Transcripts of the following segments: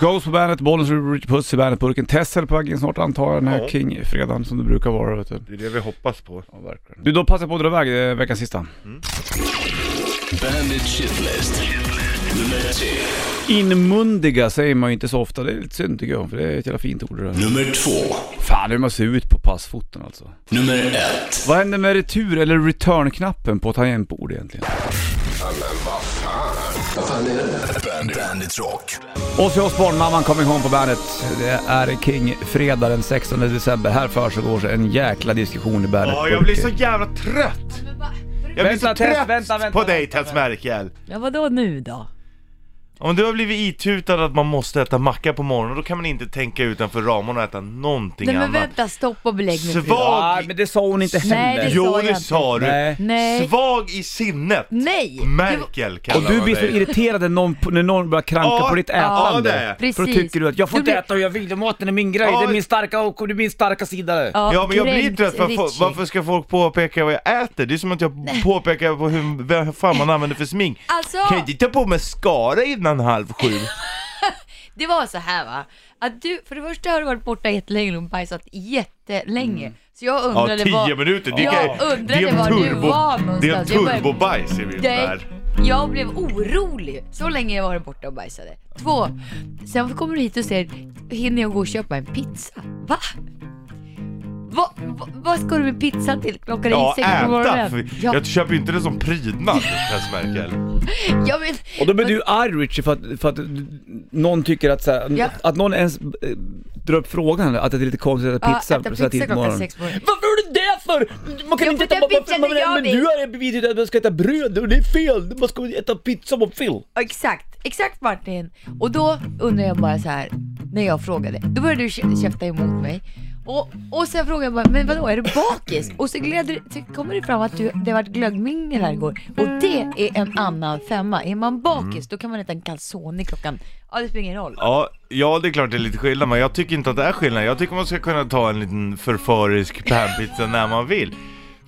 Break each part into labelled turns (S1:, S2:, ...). S1: Ghost på bandet, Bollens Rich Puss i bandetburken, Tessel på väg in snart antar jag, den här
S2: Ja.
S1: King-fredagen som det brukar vara vet du.
S2: Det är det vi hoppas på.
S1: Ja, verkligen. Du, då passar jag på att dra iväg eh, veckans sista.
S3: Bandit Shitlist. Nummer tre.
S1: Inmundiga säger man ju inte så ofta, det är lite synd tycker jag, för det är ett jävla fint ord det där.
S3: Nummer två.
S1: Fan hur man ser ut på passfoten alltså.
S3: Nummer ett.
S1: Vad händer med retur eller return-knappen på tangentbord egentligen?
S3: Bandit, Bandit Rock.
S1: Ozzy Osbourne, mamman coming home på bandet. Det är King fredag den 16 december. Här försiggår en jäkla diskussion i bandet.
S2: Ja, jag blir så jävla trött! Jag blir
S1: Vänta,
S2: så
S1: Tess,
S2: trött
S1: vänta, vänta,
S2: på dig
S1: vänta,
S2: Tess Merkel!
S4: Ja vadå nu då?
S2: Om du har blivit itutad att man måste äta macka på morgonen, då kan man inte tänka utanför ramarna och äta någonting
S4: Nej men
S2: annat.
S4: vänta, stopp och belägg nu.
S2: Svag-
S1: Ja, men det sa hon inte
S4: Nej,
S1: heller.
S4: det
S2: Jo,
S4: sa jag
S2: det
S4: inte.
S2: sa du!
S1: Nej.
S4: Nej.
S2: Svag i sinnet!
S4: Nej! Det
S2: Merkel
S1: Och
S2: kallar
S1: du
S2: man
S1: blir så
S2: dig.
S1: irriterad när någon, när någon börjar kranka
S2: Ja,
S1: på ditt
S2: ja,
S1: ätande.
S2: det är jag.
S1: För då
S4: Precis.
S1: tycker du att jag får
S4: Du
S1: inte
S4: blir-
S1: äta och jag vill, och maten är min grej,
S2: Ja.
S1: det är min starka och det är min starka sida.
S4: var-
S2: Ja men jag blir
S4: kränkt,
S2: trött, varför,
S4: Richie.
S2: varför ska folk påpeka vad jag äter? Det är som att jag påpekar på hur, vad fan man använder för smink
S4: Alltså,
S2: Kan jag inte ta på mig skara innan halv sju?
S4: det var så här va. Att du, för det första har du varit borta jättelänge och bajsat jättelänge. Så jag
S2: Mm. Ja,
S4: undrade
S2: tio
S4: var...
S2: minuter, det,
S4: Jag
S2: kan,
S4: undrade
S2: det är en
S4: var du
S2: turbo-
S4: var
S2: Det är en
S4: någonstans. Jag började-
S2: turbobajs i min
S4: Nej,
S2: värld
S4: jag blev orolig så länge jag var borta och bajsade. Två, sen kommer du hit och säger, hinner jag gå och köpa en pizza? Va? Va, va, vad ska du med pizzan till? Klockan är
S2: Ja,
S4: sex på
S2: äta!
S4: morgonen.
S2: för
S4: Ja,
S2: Jag köper ju inte det som prydnad, Tess Merkel
S4: jag vet,
S1: Och då blir du arg Richie för att, för att någon tycker att så här,
S4: Ja.
S1: att någon ens eh, drar upp frågan att det är lite konstigt att äta
S4: ja,
S1: pizza
S4: äta
S1: så här
S4: pizza
S1: tidigt på
S4: klockan
S1: morgonen.
S4: sex på morgonen.
S1: Varför är du det för? Man kan
S4: Jag
S1: inte
S4: får
S1: äta
S4: ta pizza
S1: man,
S4: när jag
S1: men
S4: vill.
S1: du har beviset att man ska äta bröd och det är fel. Man ska äta pizza på fel.
S4: Ja, Exakt, exakt Martin. Och då undrar jag bara så här, när jag frågade, då började du kä- käfta emot mig. Och, och sen frågade jag bara, men vadå är du bakis? Och så, gläder, så kommer det fram att du, det har varit glöggmingel här igår. Och det är en annan femma. Är man bakis då kan man äta en calzone klockan, ja det spelar ingen roll.
S2: Ja, ja det är klart det är lite skillnad men jag tycker inte att det är skillnad. Jag tycker man ska kunna ta en liten förförisk panpizza när man vill.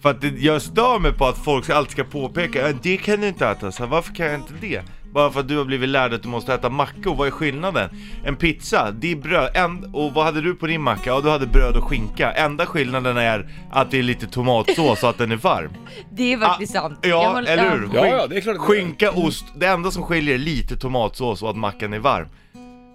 S2: För att det, jag stör mig på att folk alltid ska påpeka "Äh, det kan du inte äta, så här, varför kan jag inte det? Bara för att du har blivit lärd att du måste äta macka och vad är skillnaden? En pizza, det är bröd, en, och vad hade du på din macka? Ja du hade bröd och skinka. Enda skillnaden är att det är lite tomatsås och att den är varm.
S4: Det är faktiskt sant. Jag
S2: Ah, Ja,
S4: håller-
S2: eller hur?
S1: Ja,
S2: Skink-
S1: ja, det är klart.
S2: Skinka, ost, det enda som skiljer är lite tomatsås och att mackan är varm.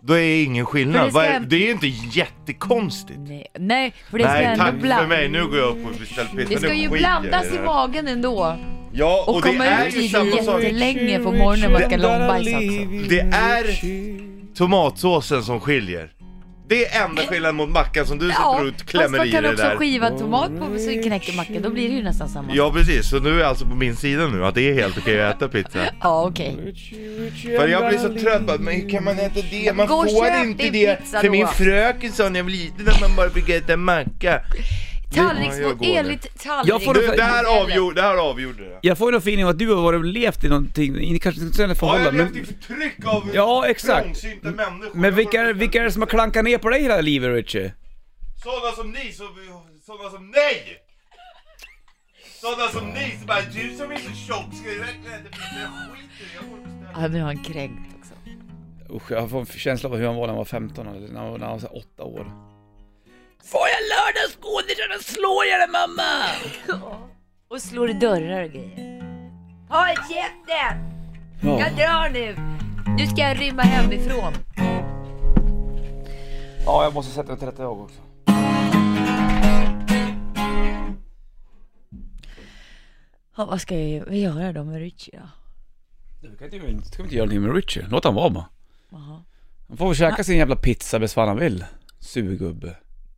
S2: Då är det ingen
S4: Men
S2: skillnad.
S4: det ska
S2: Vad är,
S4: jag-
S2: det är ju inte jättekonstigt.
S4: Nej, nej, för det ska
S2: Nej,
S4: ändå
S2: tack
S4: blandas.
S2: för mig. Nu går jag upp och beställer pizza.
S4: Det ska
S2: Nu
S4: ju
S2: skiter
S4: blandas
S2: jag
S4: i
S2: det.
S4: magen ändå.
S2: Ja, och,
S4: Och,
S2: det
S4: komma
S2: är
S4: ut
S2: ju
S4: tiden
S2: samma sak.
S4: jättelänge på morgonen man ska långbajsa också.
S2: Det är tomatsåsen som skiljer. Det är enda skillnaden mot mackan som du sätter ut klämmer
S4: fast
S2: i
S4: man kan
S2: det
S4: också
S2: där.
S4: skiva tomat på så knäcker macka, då blir det ju nästan samma.
S2: Ja precis, så nu är jag alltså på min sida nu att det är helt okej att äta pizza.
S4: Ja, okej.
S2: För jag blir så trött på att men hur kan man äta det? Man
S4: Gå och
S2: får
S4: köp
S2: inte
S4: din
S2: det.
S4: pizza
S2: För min
S4: då.
S2: fröken sa när jag var liten att man bara fick äta macka. Ja, jag
S4: Tallriksmodell,
S2: går nu.
S4: enligt
S1: Jag får-
S4: tallriksmodellen.
S2: Du, det här avgjorde det. Här avgjorde det.
S1: Jag får en feeling att du har varit och levt i någonting, i- kanske inte sådana
S2: Ja, jag
S1: förhållanden
S2: levde i
S1: men...
S2: förtryck av
S1: Ja, exakt.
S2: trångsynta människor.
S1: Men vilka, är- vilka är det som har klankat ner på dig hela livet Richie?
S2: Sådana som ni, som, sådana som nej! Sådana som ni som bara, du som är så tjock, ska du verkligen äta pizza? Jag skiter i det, jag får bestämma.
S4: Ja, nu har han kränkt också.
S1: Usch, jag får en känsla av hur han var när han var 15 eller när han, när han var så här åtta år. Får jag lördagsgodis eller slår jag dig mamma?
S4: Och slår i dörrar och grejer. Håll käften!
S1: Ja.
S4: Jag drar nu! Nu ska jag rymma hemifrån.
S1: ja, jag måste sätta mig till rätta jag också.
S4: Ja, vad ska jag göra då med Richie då?
S1: Du kan inte, ska vi inte göra någonting med Richie? Låt han vara bara.
S4: Jaha,
S1: Han får väl käka sin jävla pizza bäst fan han vill. Surgubbe.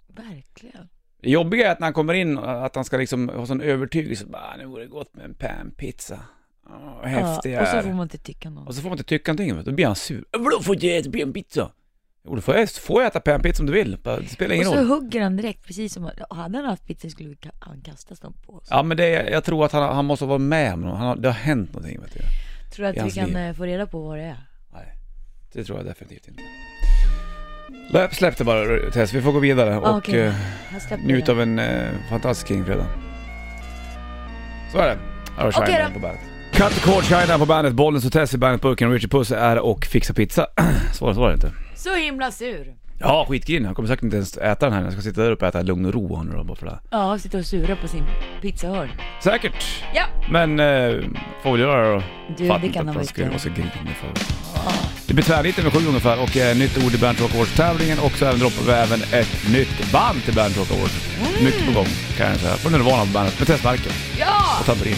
S4: verkligen.
S1: Det jobbiga är att när han kommer in, att han ska liksom ha sån övertygelse, bara nu vore det gott med en panpizza. Åh, vad häftig
S4: Ja,
S1: jag
S4: och så
S1: är.
S4: får man inte tycka något.
S1: Och så får man inte tycka någonting, vet du. då blir han sur. "Äh, Vadå får inte jag äta panpizza? Jo, då får jag, får jag äta panpizza om du vill, Bara, det spelar
S4: Och
S1: ingen
S4: så
S1: roll.
S4: hugger han direkt, precis som att- hade han haft pizza skulle han kastas dem på oss.
S1: Ja men det, är- jag tror att han, han måste vara med om något, han har, det har hänt någonting vet du.
S4: Tror du
S1: i
S4: att vi
S1: hans
S4: kan
S1: liv.
S4: eh, få reda på vad det är?
S1: Nej, det tror jag definitivt inte. Lä- Släpp det bara Tess, vi får gå vidare och
S4: Okej.
S1: eh,
S4: Han släpper
S1: njut
S4: det.
S1: av en eh, fantastisk kingfredag. Så är det. Här har Shine
S4: Okej då.
S1: på bandet. Cut the cord, Shine på bandet, Bollens och Tess i bandet, Burken, Richard Puss är och Fixa Pizza. Svårare så var det inte.
S4: Så himla sur.
S1: Ja, skitgrin. Han kommer säkert inte ens äta den här. Jag ska sitta där uppe och äta i lugn och ro här nu då, bara för det. här.
S4: Ja, sitter och sura på sin pizzahörn.
S1: Säkert.
S4: Ja.
S1: Men, eh, får väl göra det då.
S4: Du,
S1: Fattar
S4: det
S1: inte
S4: kan
S1: att
S4: han
S1: han
S4: väl
S1: skulle vara
S4: inte.
S1: så grinig för. Det blir tvärnitten med sju ungefär och eh, nytt ord i Bernt Rock Awards-tävlingen och så även droppar vi även ett nytt band till Bernt Rock Awards.
S4: Mm.
S1: Mycket på gång kan jag säga. Från Nirvana på bandet med Testverken
S4: Ja!
S1: och tamburin.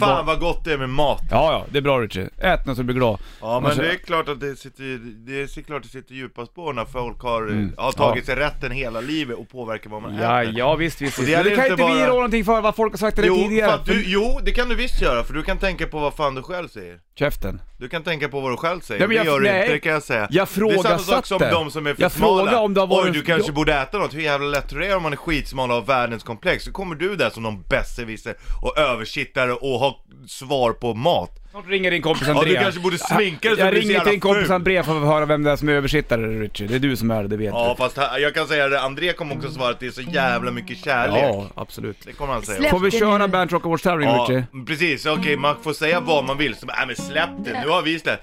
S2: Fan vad gott det är med mat.
S1: Ja, ja, det är bra Richie. Ät något så du blir glad.
S2: Ja men
S1: Annars-
S2: det är klart att det sitter, det är klart att det sitter djupa spår när folk har, har tagit sig rätten hela livet och påverkar vad man
S1: Mm. Ja,
S2: äter.
S1: ja visst, visst.
S2: Och
S1: visst.
S2: det
S1: Men
S2: hade
S1: det kan
S2: inte
S1: inte vi
S2: bara-
S1: rå någonting för vad folk har sagt till dig
S2: Jo,
S1: tidigare.
S2: för att du, jo, det kan du visst göra för du kan tänka på vad fan du själv säger.
S1: Käften.
S2: Du kan tänka på vad du själv säger,
S1: Nej, men
S2: det
S1: jag-
S2: gör du
S1: nej.
S2: inte det kan jag säga.
S1: Jag
S2: Det är samma sak
S1: frågasatte.
S2: som de som är för
S1: Jag
S2: smala.
S1: frågade om det har varit-
S2: Oj, du kanske borde äta något. Hur jävla lätt tror du det är om man är skitsmal och har världens komplex? Så kommer du där som någon besserwisser och översittare och har svar på mat.
S1: Snart ringer din kompis
S2: Ja,
S1: Andrea.
S2: du kanske borde sminka dig så
S1: Jag
S2: du blir så
S1: ringer till din
S2: jävla
S1: kompis
S2: ful.
S1: Andrea för att höra vem det är som är översittare Richie. Det är du som är det, det vet
S2: Ja fast här, jag kan säga det, André kommer också svara att det är så jävla mycket
S1: du.
S2: kärlek.
S1: Ja, absolut.
S2: Det kommer han säga.
S4: Släpp-
S1: Får
S4: Mm.
S1: vi
S4: Efter
S1: köra
S4: nu.
S1: Bernt Rock Awards-tävling
S2: Ja,
S1: Richie?
S2: precis, okej man får säga vad man vill, så, bara, nej men släpp det, nu har vi släppt.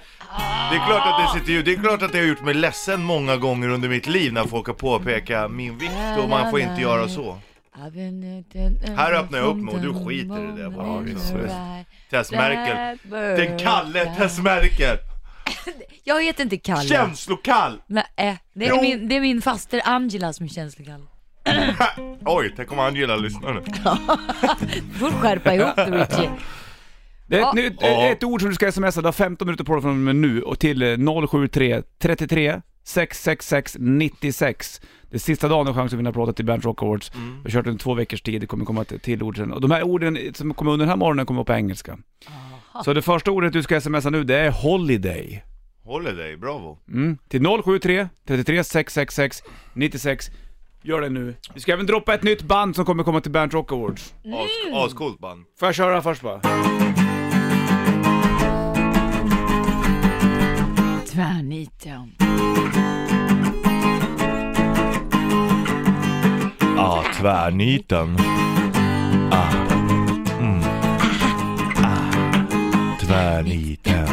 S2: Det är klart att det sitter ju, det är klart att det har gjort mig ledsen många gånger under mitt liv när folk har påpekat min vikt och man får inte göra så. Här öppnar jag upp mig och du skiter i det bara. "Ah,
S4: Ja, visst, visst.
S2: Tess Merkel. Den kalle Tess Merkel!
S4: Jag heter inte Kalle.
S2: Känslokall!
S4: Nej, det
S2: Jo.
S4: är, min, det är min faster Angela som är känslokall.
S2: Oj, tänk om Angela lyssnar nu.
S4: Du får skärpa ihop dig Richie.
S1: Det är ett,
S4: Ja.
S1: nytt,
S2: Ja.
S1: ett ord som du ska smsa, du har 15 minuter på dig från och med nu och till eh, 073 33 666 96. Det är sista dagen du har chans att vinna plåten till Bernt Rock Awards.
S2: Mm.
S1: Vi har kört under två veckors tid, det kommer komma ett till ord sen. Och de här orden som kommer under den här morgonen kommer upp på engelska. Så det första ordet du ska smsa nu det är holiday.
S2: Holiday, bravo.
S1: Mm. Till 073 33 666 96. Gör det nu. Vi ska även droppa ett nytt band som kommer komma till Bernt Rock Awards.
S4: Mm.
S2: As- Ascoolt band.
S1: Får jag köra först bara?
S4: Tvärniten.
S2: Ja, ah, tvärniten. Ah. Mm. Ah. Tvärniten.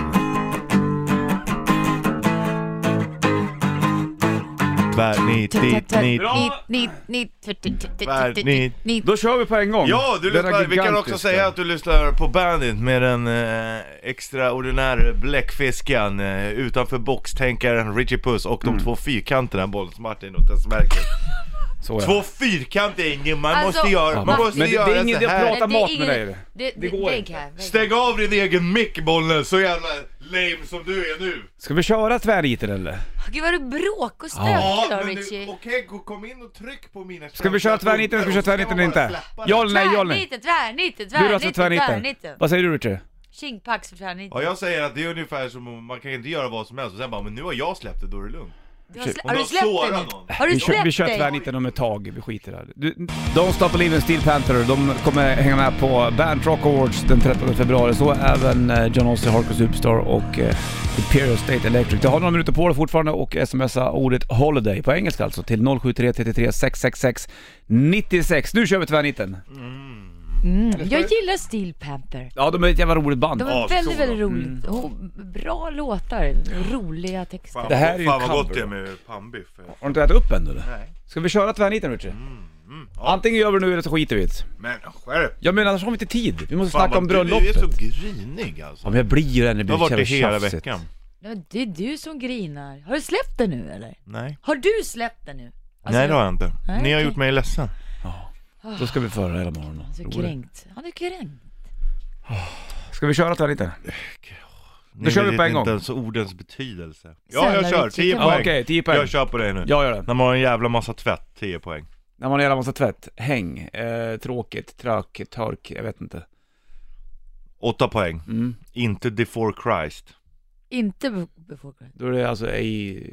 S2: Tvärnit, dit, nit.
S1: Då kör vi på en gång.
S2: Ja, du
S1: Denna
S2: lyssnar, vi kan också
S1: gigantiska-
S2: säga att du lyssnar på Bandit med den eh, extraordinära bläckfisken eh, utanför boxtänkaren Richie Puss och
S1: Mm.
S2: de två fyrkanterna, Bolls-Martin och Tess Merkel.
S1: Så ja.
S2: Två fyrkanter är ingen, man
S4: Alltså-
S2: måste göra,
S4: Ja,
S2: man
S4: men-
S2: måste
S1: men det- det är
S2: göra
S1: ingen
S2: så
S1: idé att
S2: här.
S1: prata mat med dig.
S4: Det, det,
S1: Det
S4: det
S1: går
S4: går
S1: inte.
S4: inte.
S2: Stäng av din egen mick bollen, så jävla lame som du är nu!
S1: Ska vi köra tvärniten eller?
S4: Gud vad du bråkar och stökar då
S2: men du-
S4: Richie.
S2: okej, gå- kom in och tryck på mina
S1: Ska vi köra tvärniten eller ska vi köra tvärniten eller inte? Ja eller nej, ja eller nej?
S4: Tvärniten, tvärniten,
S1: Du röstar
S4: tvärniten,
S1: tvärniten.
S4: tvärniten.
S1: Vad säger du Richard?
S4: Tjingpax för tvärniten.
S2: alltså Ja, jag säger att det är ungefär som om man kan inte göra vad som helst och sen bara, men nu har jag släppt det, då är det lugnt.
S4: Du har, sl-
S2: Om
S4: har du
S2: de
S4: släppt
S2: sårar
S4: den?
S2: någon.
S4: nu? Har du
S1: Vi kör, vi
S4: släppt
S1: kör
S4: dig?
S1: tvärniten om ett tag, vi skiter där. Du, Don't Stop Believin' Steel Panther, de kommer hänga med på Band Rock Awards den 13 februari. Så även eh, John Ossie, Hardcore Superstar och eh, Imperial State Electric. Du har några minuter på dig fortfarande och smsa ordet Holiday på engelska alltså till 073 33 666 96. Nu kör vi tvärniten!
S4: Mm, jag gillar Steel Panther.
S1: Ja, de är ett jävla roligt band.
S4: De var
S2: Ja,
S4: väldigt,
S2: så då.
S4: väldigt roligt. Och bra låtar, roliga texter.
S2: Mm. Fan,
S1: Det här är ju
S2: fan vad
S1: cover.
S2: gott det är med pannbiff.
S1: Har du inte ätit upp än eller?
S2: Nej. Mm,
S1: Ska vi köra tvärniten Richie?
S2: ja.
S1: Antingen gör vi det nu eller så skiter vi i det.
S2: Men skärp
S1: Ja men annars har vi inte tid. Vi måste
S2: Fan
S1: snacka om
S2: vad du är
S1: bröllopet.
S2: så grinig alltså.
S1: Ja men jag blir ju det när det
S2: Jag
S1: blir
S2: har varit det
S1: så jävla
S2: hela
S1: tjafsigt.
S2: veckan.
S4: Nej, men Det är du som grinar. Har du släppt den nu eller?
S2: Nej.
S4: Har du släppt den nu? Alltså,
S2: Nej det har jag inte.
S4: Nej,
S2: Ni har
S4: okej.
S2: gjort mig ledsen.
S1: Då ska vi föra hela morgonen.
S4: Så
S1: Roligt.
S4: kränkt. Han är kränkt.
S1: Ska vi köra tvärniten?
S2: Ni
S1: Då kör vi
S2: vet
S1: på en gång.
S2: Inte ens ordens betydelse. Ja
S4: Snälla,
S2: jag kör,
S4: Richard,
S2: 10
S4: kan
S2: poäng.
S4: vi-
S1: Ja, okej, 10 poäng.
S2: Jag kör på dig nu.
S1: Jag gör det.
S2: När man har en jävla massa tvätt, 10 poäng.
S1: När man har en jävla massa tvätt. Häng. Eh, tråkigt. Trök. Törk. Jag vet inte.
S2: 8 poäng.
S1: Mm.
S2: Inte before Christ.
S4: Inte be- before Christ.
S1: Då är det alltså i...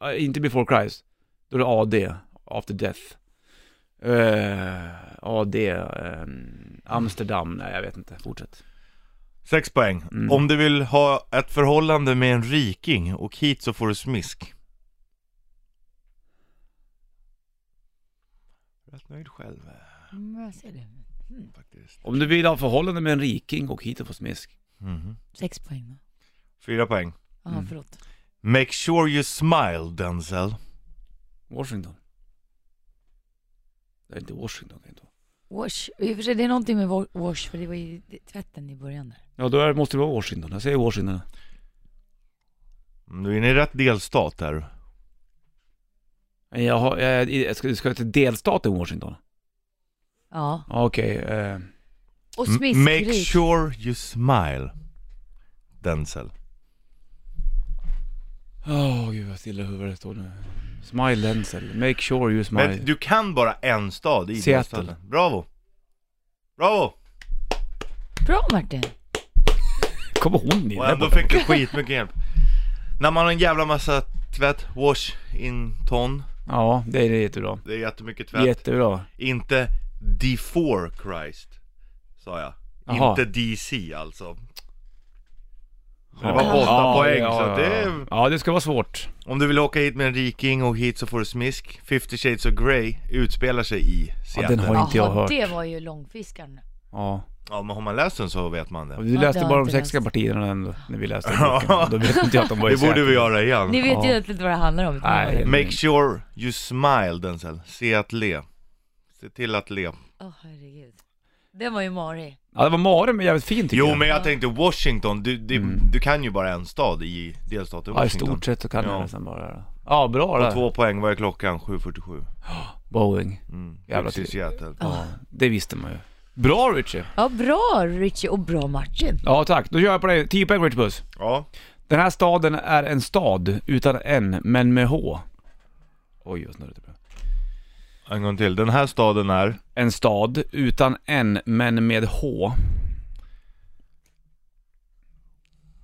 S1: eh, inte before Christ. Då är det AD. After death. Eh, AD. Eh, Amsterdam. Nej jag vet inte. Fortsätt.
S2: 6 poäng.
S1: Mm.
S2: Om du vill ha ett förhållande med en riking och hit så får du smisk. Rätt nöjd själv eh,
S4: Mm, jag ser det. Hmm,
S2: faktiskt.
S1: Om du vill ha förhållande med en riking och hit och få smisk.
S2: Mhm.
S4: Sex poäng va?
S2: Fyra poäng.
S4: Ja, förlåt.
S2: Make sure you smile Denzel.
S1: Washington. Det är inte Washington kan det inte vara.
S4: Wash. I och för sig, det är någonting med wa- wash, för det var ju tvätten i början där.
S1: Ja, då är, måste det vara Washington. Jag säger Washington.
S2: Du är inne i rätt delstat här.
S1: Men Jag, har, jag, jag ska, ska jag till delstaten Washington?
S4: Ja.
S1: Ja, Okej. eh,
S4: Och
S2: M- Make
S4: smiskryt.
S2: sure you smile Denzel.
S1: Åh, gud vad stilla huvudet står nu. Smile Denzel. Make sure you smile.
S2: Men du kan bara en stad i
S1: Seattle.
S2: delstaten. Bravo! Bravo!
S4: Bra Martin!
S1: Kommer hon in
S2: Och
S1: där
S2: ändå
S1: borta?
S2: fick du skitmycket hjälp. När man har en jävla massa tvätt, Washington.
S1: Ja, det är jättebra.
S2: Det är jättemycket tvätt.
S1: Jättebra.
S2: Inte D4 Christ, sa jag.
S1: Jaha.
S2: Inte DC alltså. Men
S1: Ja.
S2: det var åtta
S1: Ja,
S2: poäng,
S1: ja,
S2: så
S1: ja,
S2: att det
S1: ja.
S2: är...
S1: Ja, det ska vara svårt.
S2: Om du vill åka hit med en riking och hit så får du smisk. 50 Shades of Grey utspelar sig i
S1: Ja,
S2: Seattle.
S1: den
S2: Ja,
S1: har inte jag
S4: Jaha,
S1: hört.
S4: det var ju långfiskaren.
S1: Ja.
S2: men har man läst den så vet man det.
S1: Du
S4: Ja,
S1: läste
S4: det har
S1: bara
S4: jag
S1: de
S4: inte
S1: sexiga
S4: läst.
S1: partierna ändå, när vi läste
S2: Ja.
S1: boken. Då vet inte jag att de var i
S2: Det borde
S1: Seattle.
S2: vi göra igen.
S4: Ni vet
S1: Ja.
S4: ju egentligen inte vad det handlar om.
S1: Nej.
S2: Make sure you smile Denzel. Se att le. Se till att le.
S4: Åh herregud. Den var ju marig.
S1: Ja, det var Mare men jävligt fint tycker
S2: Jo
S1: jag. Mm.
S2: men jag tänkte Washington, du, du, du kan ju bara en stad i delstaten
S1: Ja, i
S2: Washington.
S1: stort sett så kan
S2: Ja.
S1: jag nästan bara. Ja, bra
S2: Och
S1: där.
S2: två poäng, vad är klockan? 7.47.
S1: Boeing.
S2: Mm.
S1: Jävla
S2: Precis
S1: tur.
S2: Seattle.
S1: Ja, det visste man ju. Bra Richie!
S4: Ja, bra Richie och bra Martin.
S1: Ja tack, då gör jag på dig 10 poäng Richie Puss.
S2: Ja.
S1: Den här staden är en stad utan N, men med H. Oj, vad snurrigt det blev.
S2: En gång till. Den här staden är...
S1: En stad utan N, men med H.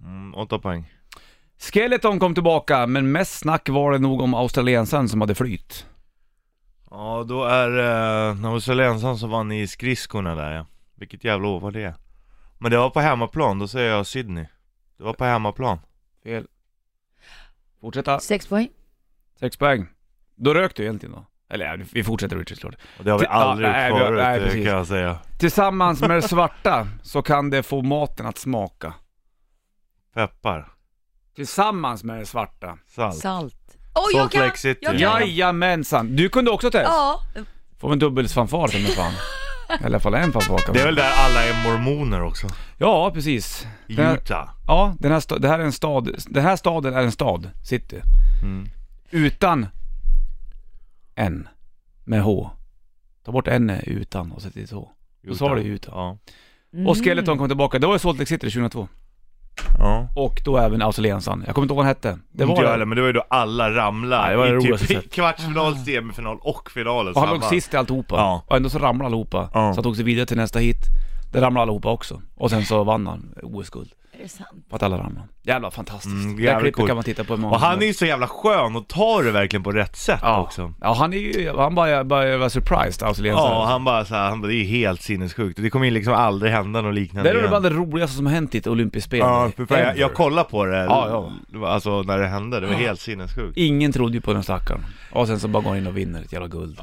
S2: Mm, åtta poäng.
S1: Skeleton kom tillbaka, men mest snack var det nog om australiensaren som hade flytt.
S2: Ja, då är eh, när australiensaren som vann i skridskorna där ja. Vilket jävla år var det? Men det var på hemmaplan, då säger jag Sydney. Det var på hemmaplan.
S1: Fel. Fortsätta.
S4: Sex poäng.
S1: Sex poäng. Då rök du egentligen då. Eller ja, vi fortsätter Richard klart.
S2: Och det har vi
S1: Ja,
S2: aldrig
S1: nej,
S2: gjort
S1: vi har-
S2: förut,
S1: nej,
S2: det
S1: precis.
S2: kan jag säga.
S1: Tillsammans med det svarta så kan det få maten att smaka.
S2: Peppar.
S1: Tillsammans med det svarta.
S2: Salt.
S4: Salt. Åh,
S2: Salt
S4: jag kan!
S2: Lake City.
S4: Jag kan.
S2: Ja.
S1: Jajamensan! Du kunde också Tess!
S4: Ja,
S1: Får vi en dubbelsfanfar som är fan. I alla fall en fanfar
S2: Det är väl där alla är mormoner också.
S1: Ja, precis. Den här,
S2: Utah.
S1: ja, den här, sta- det här är en stad. Den här staden är en stad, city.
S2: Mm.
S1: Utan N. Med H. Ta bort N är utan och sätt dit H. Då sa du Utah.
S2: Ja.
S4: Mm,
S2: Mm.
S1: Och Skeleton kom tillbaka. Det var ju Salt Lake City 2002.
S2: ja.
S1: Och då även australiensaren. Jag kommer inte ihåg vad han hette.
S2: Det
S1: Det
S2: var inte jag
S1: var
S2: heller, men det var ju då alla
S1: Ja,
S2: ramlade
S1: det var det
S2: i
S1: roligaste
S2: typ
S1: sättet.
S2: kvartsfinal, semifinal och finalen
S1: Och han
S2: samma.
S1: låg sist i alltihopa.
S2: Ja.
S1: Och ändå så ramlade allihopa.
S2: Ja.
S1: Så han tog sig vidare till nästa hit. Där ramlade allihopa också. Och sen så vann han OS-guld.
S4: är det sant?
S1: För att alla ramlade. Jävla fantastiskt.
S2: Mm,
S1: det
S2: jävligt
S1: här klippet
S2: coolt.
S1: kan man titta på i många
S2: Och han är ju så jävla skön och tar det verkligen på rätt sätt
S1: ja.
S2: också.
S1: Ja, han är ju... Han bara, bara var surprised, alltså, australiensaren.
S2: Ja, han bara så här, han bara, det är helt sinnessjukt. Det kommer ju liksom aldrig hända något
S1: Det
S2: liknande
S1: är nog
S2: igen.
S1: bland det roligaste som hänt i ett olympiskt spel.
S2: Ja, för fan, jag,
S1: Ever.
S2: jag kollade på det,
S1: Ja, ja.
S2: Det var- alltså när det hände, det var helt sinnessjukt.
S1: Ingen trodde ju på den stackaren. Och sen så bara går han in och vinner ett jävla guld.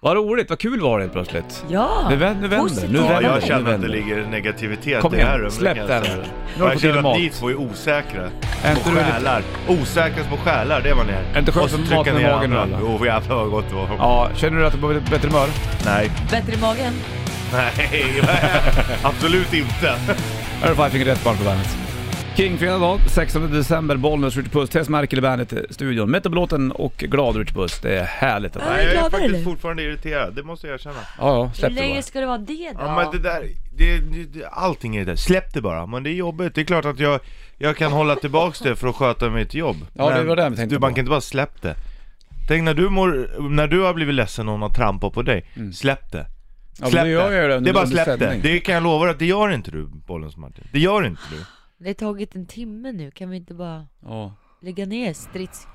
S1: Vad roligt, vad kul var det helt plötsligt.
S4: Ja!
S1: Nu vänder, nu vänder,
S4: Positivt.
S1: nu
S2: Ja,
S1: vänder.
S2: jag
S1: nu
S2: känner att det
S1: vänder.
S2: ligger negativitet
S1: Kom
S2: i det här
S1: igen,
S2: rummet,
S1: släpp
S2: kan
S1: den
S2: jag
S1: här.
S2: säga.
S1: Nu har du
S2: Jag
S1: fått i dig
S2: känner att
S1: mat.
S2: ni två är osäkra.
S1: Är inte
S2: På
S1: du lite-
S2: själar. Osäkra på själar, det var ni är.
S1: Är inte skönt
S2: Och så
S1: med
S2: trycker
S1: maten
S2: ni
S1: i magen
S2: andra.
S1: nu, eller?
S2: Jo, jävlar vad gott det var.
S1: Ja, känner du att du var på bättre humör?
S2: Nej.
S4: Bättre i magen.
S2: Nej, absolut inte.
S1: Här är Five Finger Death Punch på bandet. King fredag dag, 16 december, Bollnäs, Ritchie Puss, Tess Merkel i Bandet-studion. Mätt och belåten och glad Ritchie Puss. Det är härligt att vara
S4: Är
S2: Nej,
S4: du
S2: jag är
S4: gladare,
S2: faktiskt
S4: eller?
S2: fortfarande irriterad, det måste jag erkänna.
S1: Ja, ja,
S4: Hur
S1: släpp det
S4: länge
S1: bara.
S4: ska det vara det då?
S2: Ja, men det där, det, det, allting är det. Släpp det bara. Men det är jobbigt. Det är klart att jag, jag kan hålla tillbaks det för att sköta mitt jobb.
S1: Ja, det
S2: Men
S1: var det jag tänkte
S2: du, man
S1: på.
S2: kan inte bara släpp det. Tänk när du, mår, när du har blivit ledsen och någon har trampat på dig. Släpp det.
S1: Mm. men
S2: Släpp
S1: det gör jag ju
S2: det.
S1: under-
S2: Det är bara
S1: under
S2: släpp det.
S1: sändning.
S2: Det kan jag lova dig att det gör inte du, Bollens Martin. Det gör inte du.
S4: Det har tagit en timme nu, kan vi inte bara
S1: Ja.
S4: lägga ner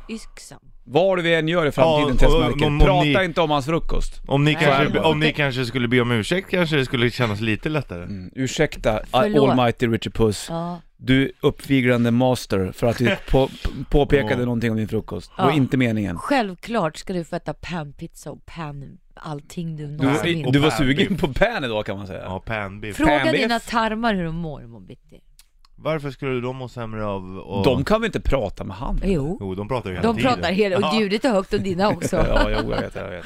S4: stridsyxan?
S1: Vad vi än gör i
S2: Ja,
S1: framtiden,
S2: och-
S1: Tess
S2: och-
S1: Merkel,
S2: om- om
S1: prata
S2: ni-
S1: inte om hans frukost.
S2: Om ni,
S4: Nej, det
S2: kanske,
S4: var-
S2: om ni kanske skulle be om ursäkt kanske det skulle kännas lite lättare.
S1: Mm, Ursäkta,
S4: Förlåt.
S1: almighty Ritchie Puss.
S4: Ja.
S1: Du uppviglande master för att du på, p- påpekade
S2: Ja.
S1: någonting om din frukost. Det
S4: Ja.
S1: var inte meningen.
S4: Självklart ska du få äta panpizza och pan... allting du någonsin
S1: Du,
S4: vill.
S2: och
S1: du var
S2: pan.
S1: sugen på pan idag kan man säga.
S2: Ja, panbiff.
S4: Fråga
S1: Pannbiff.
S4: dina tarmar hur de mår imorgon bitti.
S2: Varför skulle de må sämre av och...
S1: De kan väl inte prata med han?
S4: Jo,
S2: Jo, de pratar ju hela
S4: de
S2: tiden.
S4: pratar hela och
S2: Ja.
S4: ljudet är högt och dina också.
S1: Ja, jo, jag vet, jag vet.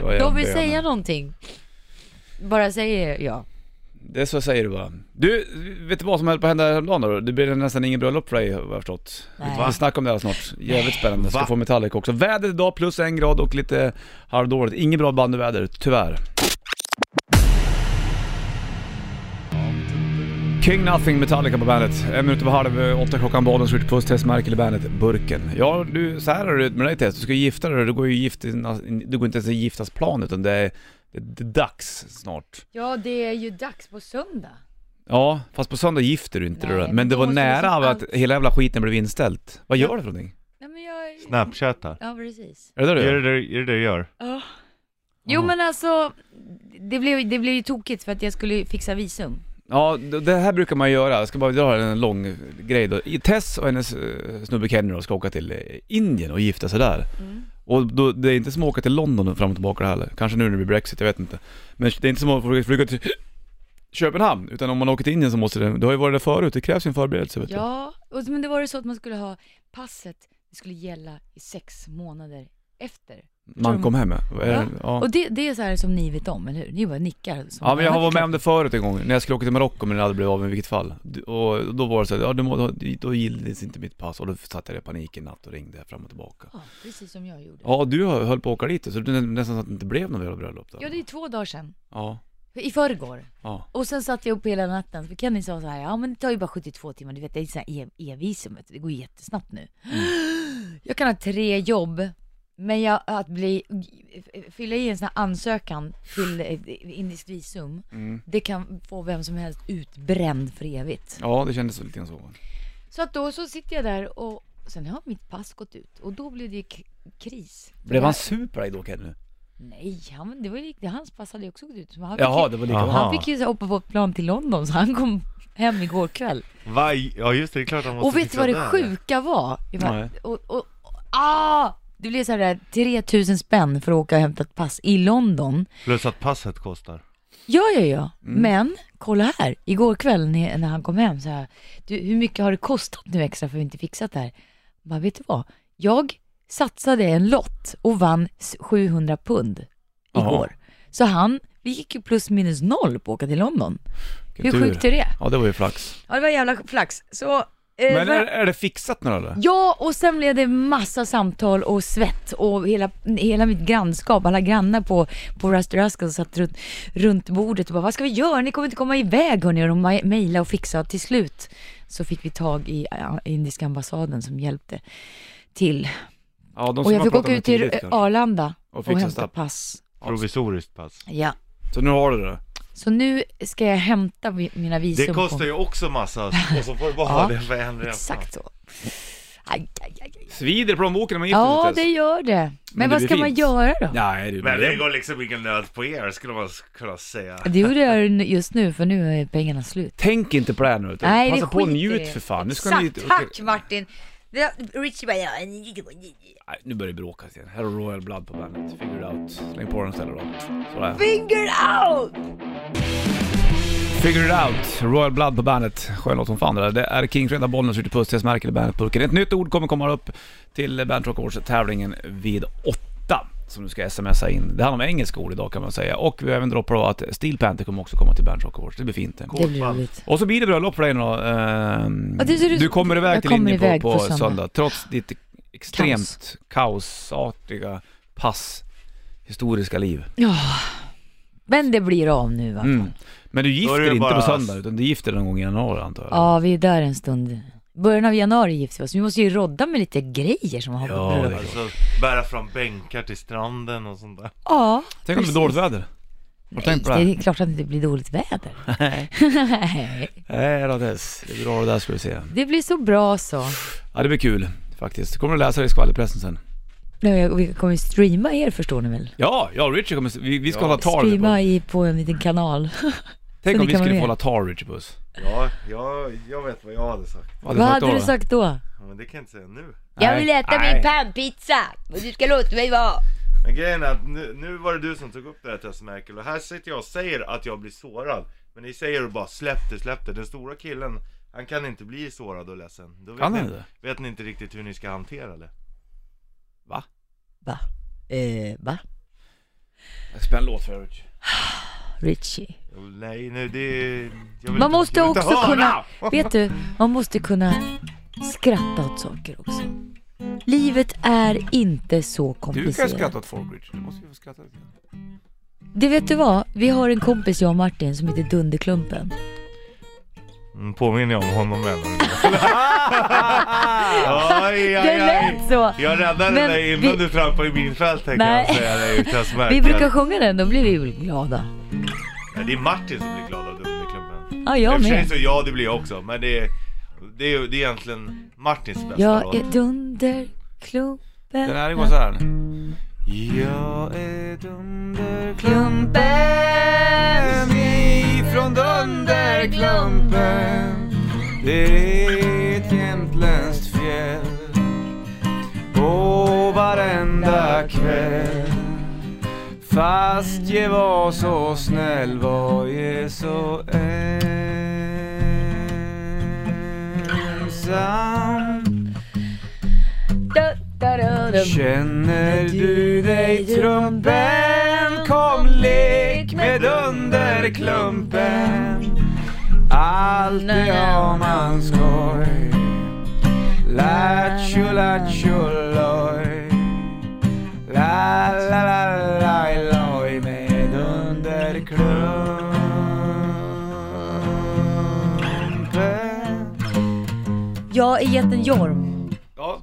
S1: Jag
S4: De vill
S1: bönar.
S4: säga någonting. Bara säger ja.
S1: Det är så säger du bara. Du, vet du vad som höll på att hända häromdagen då? Det blir nästan ingen bröllop för dig har jag förstått.
S4: Nej.
S1: Vi snackar om det här snart. Jävligt spännande. Ska
S2: Va?
S1: få Metallica också. Vädret idag plus en grad och lite halvdåligt. Inget bra bandyväder, tyvärr. King Nothing Metallica på bandet. En minut över halv eh, åtta klockan, bollen skjuter puss, Tess Merkel i bandet, Burken. Ja du, så här är det med dig Tess, du ska ju gifta dig du går ju gift, du går inte ens en giftasplan utan det är, det är dags snart.
S4: Ja, det är ju dags på söndag.
S1: Ja, fast på söndag gifter du inte
S4: Nej,
S1: Nej, Men
S4: men
S1: det
S4: då
S1: var
S4: måste vi
S1: nära
S4: se
S1: av att
S4: allt.
S1: hela jävla skiten blev inställt. Vad gör du för någonting?
S4: Nej men jag...
S2: Snapchatar.
S4: Ja, precis.
S1: Är det det du
S2: Gör
S1: gör?
S2: det där- är det det du gör?
S4: Jo men alltså, det blev, det blev ju tokigt för att jag skulle ju fixa visum.
S1: Ja, d- det här brukar man göra. Jag ska bara dra en lång grej då. I- Tess och hennes eh, snubbe Kenny då ska åka till eh, Indien och gifta sig där.
S4: Mm.
S1: Och då, det är inte som att åka till London fram och tillbaka heller. Kanske nu när det blir Brexit, jag vet inte. Men det är inte som att flyga- flyga till Köpenhamn, utan om man åker till Indien så måste det... Du har ju varit där förut, det krävs ju en förberedelse vet du.
S4: Ja, och, men det var ju så att man skulle ha passet, det skulle gälla i sex månader efter.
S1: Man kom hem med.
S4: Ja.
S1: Ja.
S4: Och det, det är så här som ni vet om, eller hur? Ni bara nickar. som-
S1: Ja men jag har varit med om det förut en gång, när jag skulle åka till Marocko men det hade blivit av i vilket fall. D- Och då var det så här, ja, du må, då, då gillades inte mitt pass och då satt jag i panik en natt och ringde fram och tillbaka.
S4: Ja, precis som jag gjorde. Ja,
S1: Ja du höll på att åka dit så det är nästan så att det inte blev något jävla bröllop då.
S4: det är två dagar sedan.
S1: Ja,
S4: I förrgår.
S1: ja.
S4: Och sen satt jag upp hela natten, för Kenny sa så här, ja men det tar ju bara 72 timmar, du vet det är så här e- e-visum, vet du, det går ju jättesnabbt nu.
S1: Mm.
S4: Jag kan ha tre jobb, men jag, att bli, fylla i en sån här ansökan till eh, indiskt visum,
S1: Mm.
S4: det kan få vem som helst utbränd för evigt.
S1: Ja det kändes lite grann så.
S4: Så att då så sitter jag där och sen har mitt pass gått ut och då blev det ju k- kris.
S1: Blev
S4: Jag-
S1: han sur på dig då Kenny?
S4: Nej, han, det var ju, lik- hans pass hade ju också gått ut. så Han fick,
S1: Jaha
S4: ju,
S1: det var lika
S2: Aha.
S1: bra.
S4: han fick ju så här hoppa på ett plan till London så han kom hem igår kväll.
S2: Va? Ja just det, det är klart han måste
S4: Och vet du
S2: fixa
S4: vad det
S2: där.
S4: sjuka var? Jag bara,
S1: Nej.
S4: och, och, och, ah! Det blev så här 3000 spänn för att åka och hämta ett pass i London.
S2: Plus att passet kostar.
S4: Ja, ja, ja.
S1: Mm.
S4: Men kolla här, igår kväll när när han kom hem så här, du, hur mycket har det kostat nu extra för att vi inte fixat det här? Vad vet du vad? Jag satsade en lott och vann s- 700 pund igår. Så han, vi gick ju plus minus noll på att åka till London.
S1: Vilken
S4: Hur
S1: tur.
S4: sjukt är det?
S1: Ja det var ju flax.
S4: Ja, det var jävla flax. Så, eh,
S1: Men
S4: vad-
S1: är, är det fixat nu eller?
S4: Ja, och sen blev det massa samtal och svett och hela, hela mitt grannskap, alla grannar på, på Rusty Rascal satt runt, runt bordet och bara vad ska vi göra, ni kommer inte komma iväg hörni. Och de ma- mejlade och fixade. Till slut så fick vi tag i ja, indiska ambassaden som hjälpte till.
S1: Ja de
S4: Och
S1: som
S4: jag
S1: man
S4: fick
S1: pratar
S4: åka
S1: med
S4: ut till
S1: tidigt, kanske.
S4: Arlanda
S1: Och
S4: och,
S1: fixa
S4: hämta
S1: stapp.
S4: pass.
S2: Provisoriskt pass.
S4: Ja,
S1: Så nu har du det?
S4: så nu ska jag hämta mi- mina visum.
S2: Det kostar ju också massa, och så får du bara
S4: Ja,
S2: ha det för en
S4: på...
S2: resa.
S4: Exakt så. Aj, aj, aj, aj.
S1: Svider plånboken när man gifter sig
S4: Ja,
S1: Tess.
S4: det gör det. Men,
S1: Men det
S4: vad
S1: blir
S4: ska man
S1: fint.
S4: göra då?
S1: Nej det är ju
S2: Men det går liksom ingen nöd på er skulle man kunna säga.
S4: Det gjorde jag nu- just nu för nu är pengarna slut.
S1: Tänk inte på det här nu utan
S4: Nej,
S1: passa
S4: det
S1: på och
S4: skiter
S1: njut
S4: i.
S1: för fan. Nu ska
S4: Exakt,
S1: ni ut-
S4: tack Martin! Det- Richie bara, ja,
S1: Nej, nu börjar det bråkas igen. Här har Royal Blood på bandet. Figure it out. Släng på den istället då. Sådär.
S4: finger out!
S1: Figure it out. Royal Blood på bandet. Skön låt som fan det där. Det är King Fredag Bollnäs ute på Tess Merkel i bandetburken. Ett nytt ord kommer komma upp till Band Rock Awards-tävlingen vid åtta. Som du ska smsa in. Det handlar om engelska ord idag kan man säga. Och vi har även droppat då att Steel Panther kommer också komma till Band Rock Awards. Det blir fint det.
S4: Det blir roligt.
S1: Och så blir det bröllop för dig nu då. Ehm,
S4: Ja, det ser ut-
S1: du kommer iväg
S4: jag
S1: till
S4: kommer
S1: Indien på,
S4: iväg
S1: på,
S4: på
S1: söndag.
S4: söndag.
S1: trots ditt extremt kaosartiga pass historiska liv.
S4: Ja. Men det blir av nu va?
S1: Mm. Men du
S2: Då
S1: gifter
S2: är det
S1: inte
S2: bara-
S1: på söndag utan du gifter dig någon gång i januari antar jag?
S4: Ja, vi är där en stund. Början av januari gifter vi oss. Vi måste ju rodda med lite grejer som har
S1: Ja, det är klart.
S2: Alltså bära fram bänkar till stranden och sånt där.
S4: ja.
S1: Tänk om det blir dåligt väder? Har du tänkt på det?
S4: Nej,
S1: här?
S4: det är klart att det inte blir dåligt väder. Nej.
S1: Nej då Tess, det blir bra det där ska du se.
S4: det blir så bra så.
S1: Ja det blir kul faktiskt. Kommer du läsa det i skvallerpressen sen?
S4: Nej, jag- Vi kommer ju streama er förstår ni väl?
S1: Ja, jag och Richard kommer, vi, vi ska
S2: Ja.
S1: hålla tal.
S4: Streama
S1: På.
S4: i, på en liten kanal.
S1: Tänk
S4: så
S1: om vi
S4: ni kan vara
S1: skulle få
S4: med.
S1: hålla tal Richard Puss.
S2: Ja, jag, jag vet vad jag hade sagt.
S1: Vad
S4: Vad
S1: sagt
S4: hade
S1: då,
S4: du
S1: då?
S4: sagt då?
S2: Ja, Men det kan jag inte säga nu.
S1: Nej.
S4: Jag vill äta
S1: Nej.
S4: min pannpizza och du ska låta mig vara.
S2: Men grejen är att nu, nu var det du som tog upp det här Tess Merkel och här sitter jag och säger att jag blir sårad. Men ni säger bara släpp det, släpp det. Den stora killen Han kan inte bli sårad och ledsen. Då vet,
S1: Kan
S2: ni,
S1: han det?
S2: vet ni inte riktigt hur ni ska hantera det.
S1: Va?
S4: Va? Eh, va?
S1: Jag spelade en låt förut.
S4: Richie.
S2: Jag- Nej, nu det... Jag vill
S4: Man
S2: inte-
S4: måste
S2: jag vill inte
S4: också kunna,
S2: höra!
S4: vet du, man måste kunna skratta åt saker också. Livet är inte så
S1: Du kan
S4: komplicerat.
S1: skratta åt folk Richard. Du måste ju få skratta lite. grann.
S4: Det vet du vad, vi har en kompis jag och Martin som heter Dunderklumpen.
S2: Mm, påminner jag om honom eller? Oj, oj,
S4: Det lät
S2: oj.
S4: så!
S2: Jag räddade
S4: Men
S2: dig innan
S4: vi-
S2: du trampade i min fält här kan
S4: Nej.
S2: jag säga dig utan smärta.
S4: Vi brukar sjunga den, då blir vi väl glada.
S2: Ja, det är Martin som blir glad av Dunderklumpen.
S4: Ja, jag
S2: I och för sig
S4: med.
S2: så ja, det blir jag också. Men det är, det är, ju- det är egentligen Martins bästa låt.
S4: Jag är Dunderklumpen.
S1: Den här går så här.
S2: Jag är
S4: Klumpen.
S1: Ifrån Dunderklumpen Det är ett jämtländskt fjäll Och varenda kväll Fast jag var så snäll var jag så ensam
S4: Da, da, da, da.
S1: Känner du dig trumpen? Kom lek med underklumpen Alltid har man skoj Lattjo lattjo loj La la la la loj med underklumpen
S4: Jag är jätten Jorm.
S1: Ja,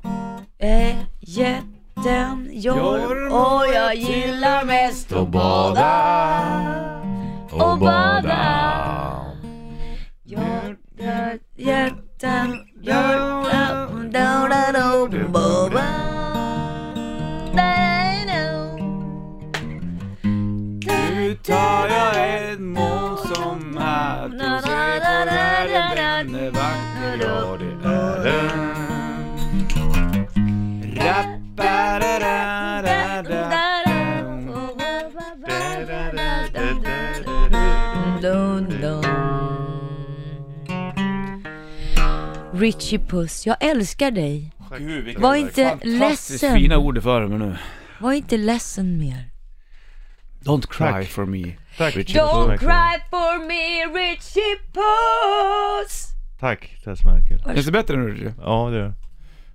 S4: Är jätten Jorm och jag gillar mest att bada. Och bada. Jag är jätten Jorm. Da, da, da, bada. Da, da,
S1: Nu tar jag ett mål som här och ser på världen den är vacker, ja det är den Rappararara.
S4: Dun, dun. Richie Puss, jag älskar dig.
S1: Gud, vilken
S4: Var inte
S1: fantastiskt
S4: ledsen.
S1: fina ord för mig nu.
S4: Var inte ledsen mer.
S1: Don't cry
S2: Tack.
S1: for me.
S2: Tack.
S4: Don't cry for me Richie Puss!
S2: Tack Tess Merkel.
S1: Känns det bättre nu Richie?
S2: Ja det är det.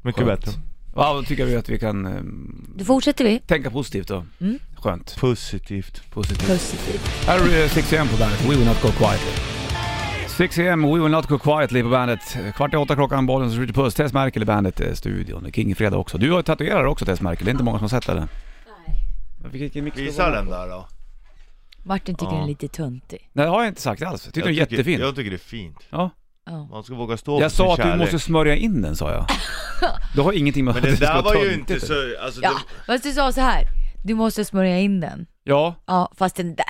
S2: Mycket
S1: Skönt.
S2: bättre.
S1: Ja, då tycker vi att vi kan ehm,
S4: Då fortsätter vi.
S1: tänka positivt då.
S4: Mm.
S1: Skönt.
S2: Positivt.
S1: Positivt.
S4: Positivt.
S1: Här har eh, du 6 am på bandet, We Will Not Go Quietly. 6 am, We Will Not Go Quietly på bandet. Kvart i åtta klockan, bollen som skjuter puss. Tess Merkel i bandet, eh, studion. King i fredag också. Du har ju tatuerare också Tess Merkel, det är inte många som har sett det. Nej.
S2: Visa den där då.
S4: Martin tycker
S2: Ja.
S4: den är lite töntig.
S1: Nej, det har jag inte sagt alls. Jag tycker den är
S2: Jag tycker-
S1: jättefin.
S2: Jag tycker det är fint.
S1: Ja.
S4: Ja.
S2: Man ska våga stå
S1: Jag
S2: för sin
S1: sa att du
S2: kärlek.
S1: måste smörja in den sa jag. Du har ingenting med
S2: Men
S1: att
S2: det
S1: ska
S2: där
S1: vara
S2: var ju
S1: töntigt,
S2: inte
S1: eller?
S2: så... Alltså,
S4: Ja, fast du sa så här. Du måste smörja in den.
S1: Ja.
S4: Ja, fast den där.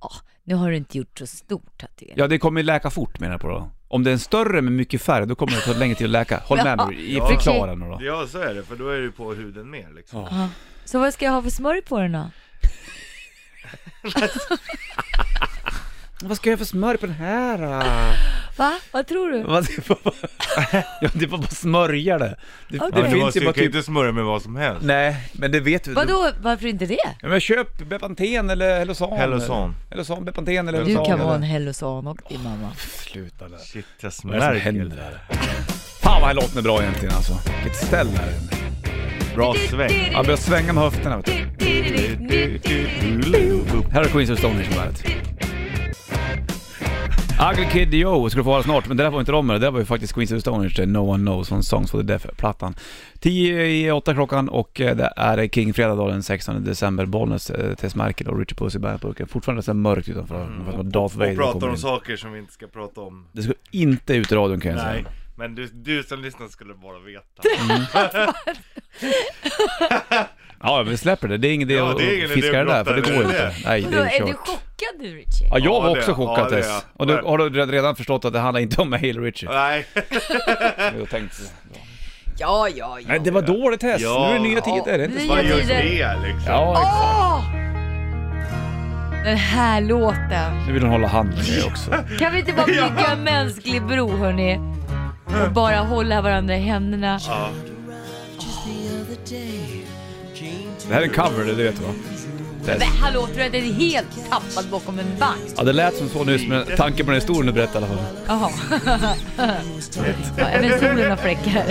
S4: Ja, nu har du inte gjort så stor tatuering.
S1: ja, det kommer läka fort menar jag på då. Om det är en större med mycket färg, då kommer det ta längre tid att läka. Håll med mig, i
S2: Ja.
S1: förklara nu då.
S2: det, ja så är det, för då är du på huden mer liksom.
S1: Ja.
S4: Ja. Så vad ska jag ha för smörj på den då?
S1: Vad ska jag för smörj på den här då?
S4: Va? Vad tror du?
S1: Vad- det var bara- ja, det var bara smörja det. Det,
S4: Okej.
S1: det
S2: Men du
S1: finns
S2: måste,
S1: ju bara
S2: du kan ju
S1: typ...
S2: inte smörja med vad som helst.
S1: Nej, men det vet du.
S4: Vadå, varför inte det?
S1: Ja, men köp Bepanten eller Hellosan.
S2: Hellosan.
S1: eller- Hellosan, Bepanten eller
S4: Du
S1: Hellosan.
S4: kan vara en
S1: eller-
S4: hellosan och din mamma.
S1: Sluta där.
S2: Shit, jag
S1: Vad är det som
S2: smärker.
S1: händer här? Fan vad den här låten är bra egentligen alltså. Vilket ställ det här är.
S2: Bra sväng.
S1: Jag börjar svänga med höfterna vet du. Här har Queens of Stone Age på bandet. Ugly Kid Yo ska du få höra snart, men det där var inte dem det där var ju faktiskt Queens of Stone Age, No One Knows från Songs for the Deaf-plattan. 10 i 8 klockan och eh, det är King Fredag då, den 16 december. Bollnäs, eh, Tess Merkel och Richard Puss i bandetburken. Fortfarande så här mörkt utanför, mm. för att Darth Vader
S2: Och pratar
S1: kommer
S2: om
S1: in.
S2: saker som vi inte ska prata om.
S1: Det ska inte ut i radion kan jag
S2: Nej,
S1: säga.
S2: men du, du som lyssnar skulle bara veta.
S1: Ja, vi släpper det. Det är ingen idé
S2: Ja,
S1: att
S2: det är ingen idé
S1: fiska det
S2: att
S1: där, för det går
S2: grotta i det.
S1: inte. Nej,
S4: Vadå,
S1: det är
S4: är du
S1: kört.
S4: chockad nu Richie?
S1: Ja, jag var
S2: Ja, det-
S1: också chockad
S2: ja, det är
S1: Tess.
S2: jag.
S1: Och du,
S2: Ja.
S1: har du redan förstått att det handlar inte om mig eller Richard?
S2: Nej.
S1: Jag tänkte.
S4: Ja, ja, ja.
S1: Nej, det var dåligt Tess.
S2: Ja.
S1: Nu är det nya tider, är det inte så?
S4: Ja.
S2: Vad
S4: Jag
S2: gör
S4: lider.
S2: det liksom?
S1: Ja, exakt.
S4: Åh! Den här låten.
S1: Nu vill hon hålla hand med mig också.
S4: Kan vi inte bara bygga en mänsklig bro hörni? och bara hålla varandra i händerna.
S2: Ja.
S1: Det här är en cover, det vet du va?
S4: Men hallå, tror du att det är helt tappad bakom en vagn?
S1: Ja, det lät som så nyss med tanke på den historien du berättade i alla fall.
S4: Jaha. ja, även solen har fläckar.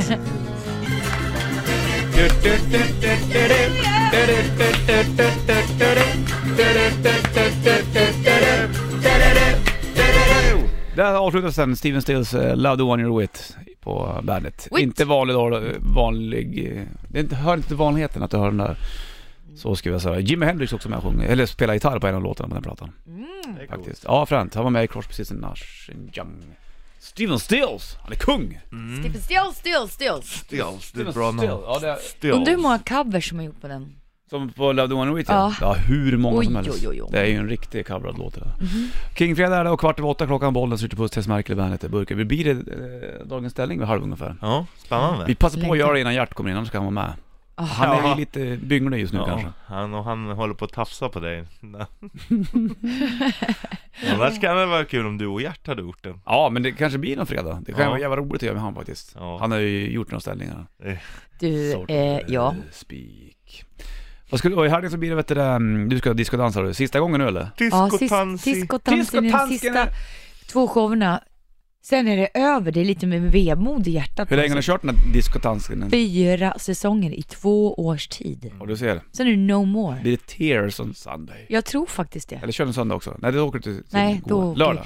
S1: Där avslutas sen Steven Stills eh, Love the one you're with på bandet.
S4: With.
S1: Inte vanlig, vanlig... eh, Det är inte, hör inte till vanligheten att du hör den där. Så skulle jag säga. Jimi Hendrix också med och sjunger, eller spelar gitarr på en av låtarna på den plattan. Faktiskt. Ja, fränt. Han var med i Crosby, Stills Nash Young. Steven Stills! Han är kung!
S4: Still, Typ, still, still, still.
S2: Stills, det är
S1: Steven
S2: ett bra
S1: Stills.
S2: namn.
S1: Ja, det är,
S2: Stills.
S4: Undrar hur många covers som har gjort på den.
S1: Som på Love the One With
S4: Ja.
S1: ja. hur många
S4: Oj,
S1: som helst.
S4: oj, Mhm. oj, oj.
S1: Det är ju en riktig coverad låt det där. Kingfredag är det och kvart över åtta klockan, Bollnäs, Ritterpuss, Tess Merkel, Bandet, Burken. Vi blir det eh, dagens ställning vid halv ungefär.
S2: Ja, spännande.
S1: Vi passar på att
S4: Längtar.
S1: göra det innan Gert kommer in, annars ska han vara med.
S4: Ah,
S1: Han är
S2: Ja.
S1: ju lite bynglig just nu kanske.
S2: Ja, han, och han håller på att tafsa på dig. Annars kan det vara kul om du och Gert hade gjort den.
S1: Ja, men det kanske blir någon fredag. Det kan
S2: Ja.
S1: vara jävla roligt att göra med han faktiskt.
S2: Ja.
S1: Han har ju gjort några ställningar.
S4: Du,
S1: Sort
S4: eh, ja.
S1: Spik. Vad skulle, och i helgen så blir det vet du, det, mm, du ska diskodansa du. Sista gången nu eller?
S4: Ja,
S2: Discotansi.
S4: Diskotansen är Ah, de
S1: Diskotansen
S4: sista
S1: är-
S4: två showerna. Sen är det över, det är lite med vemod i hjärtat.
S1: Hur länge har ni
S4: Alltså,
S1: kört den här diskodansken?
S4: Fyra säsonger i två års tid.
S1: Och du ser,
S4: Sen är det no more.
S1: blir Mm. det Tears on Sunday?
S4: Jag tror faktiskt det.
S1: Eller kör den söndag också? Nej, då åker du till
S4: Nej,
S1: till-
S4: då åker-
S1: Lördag?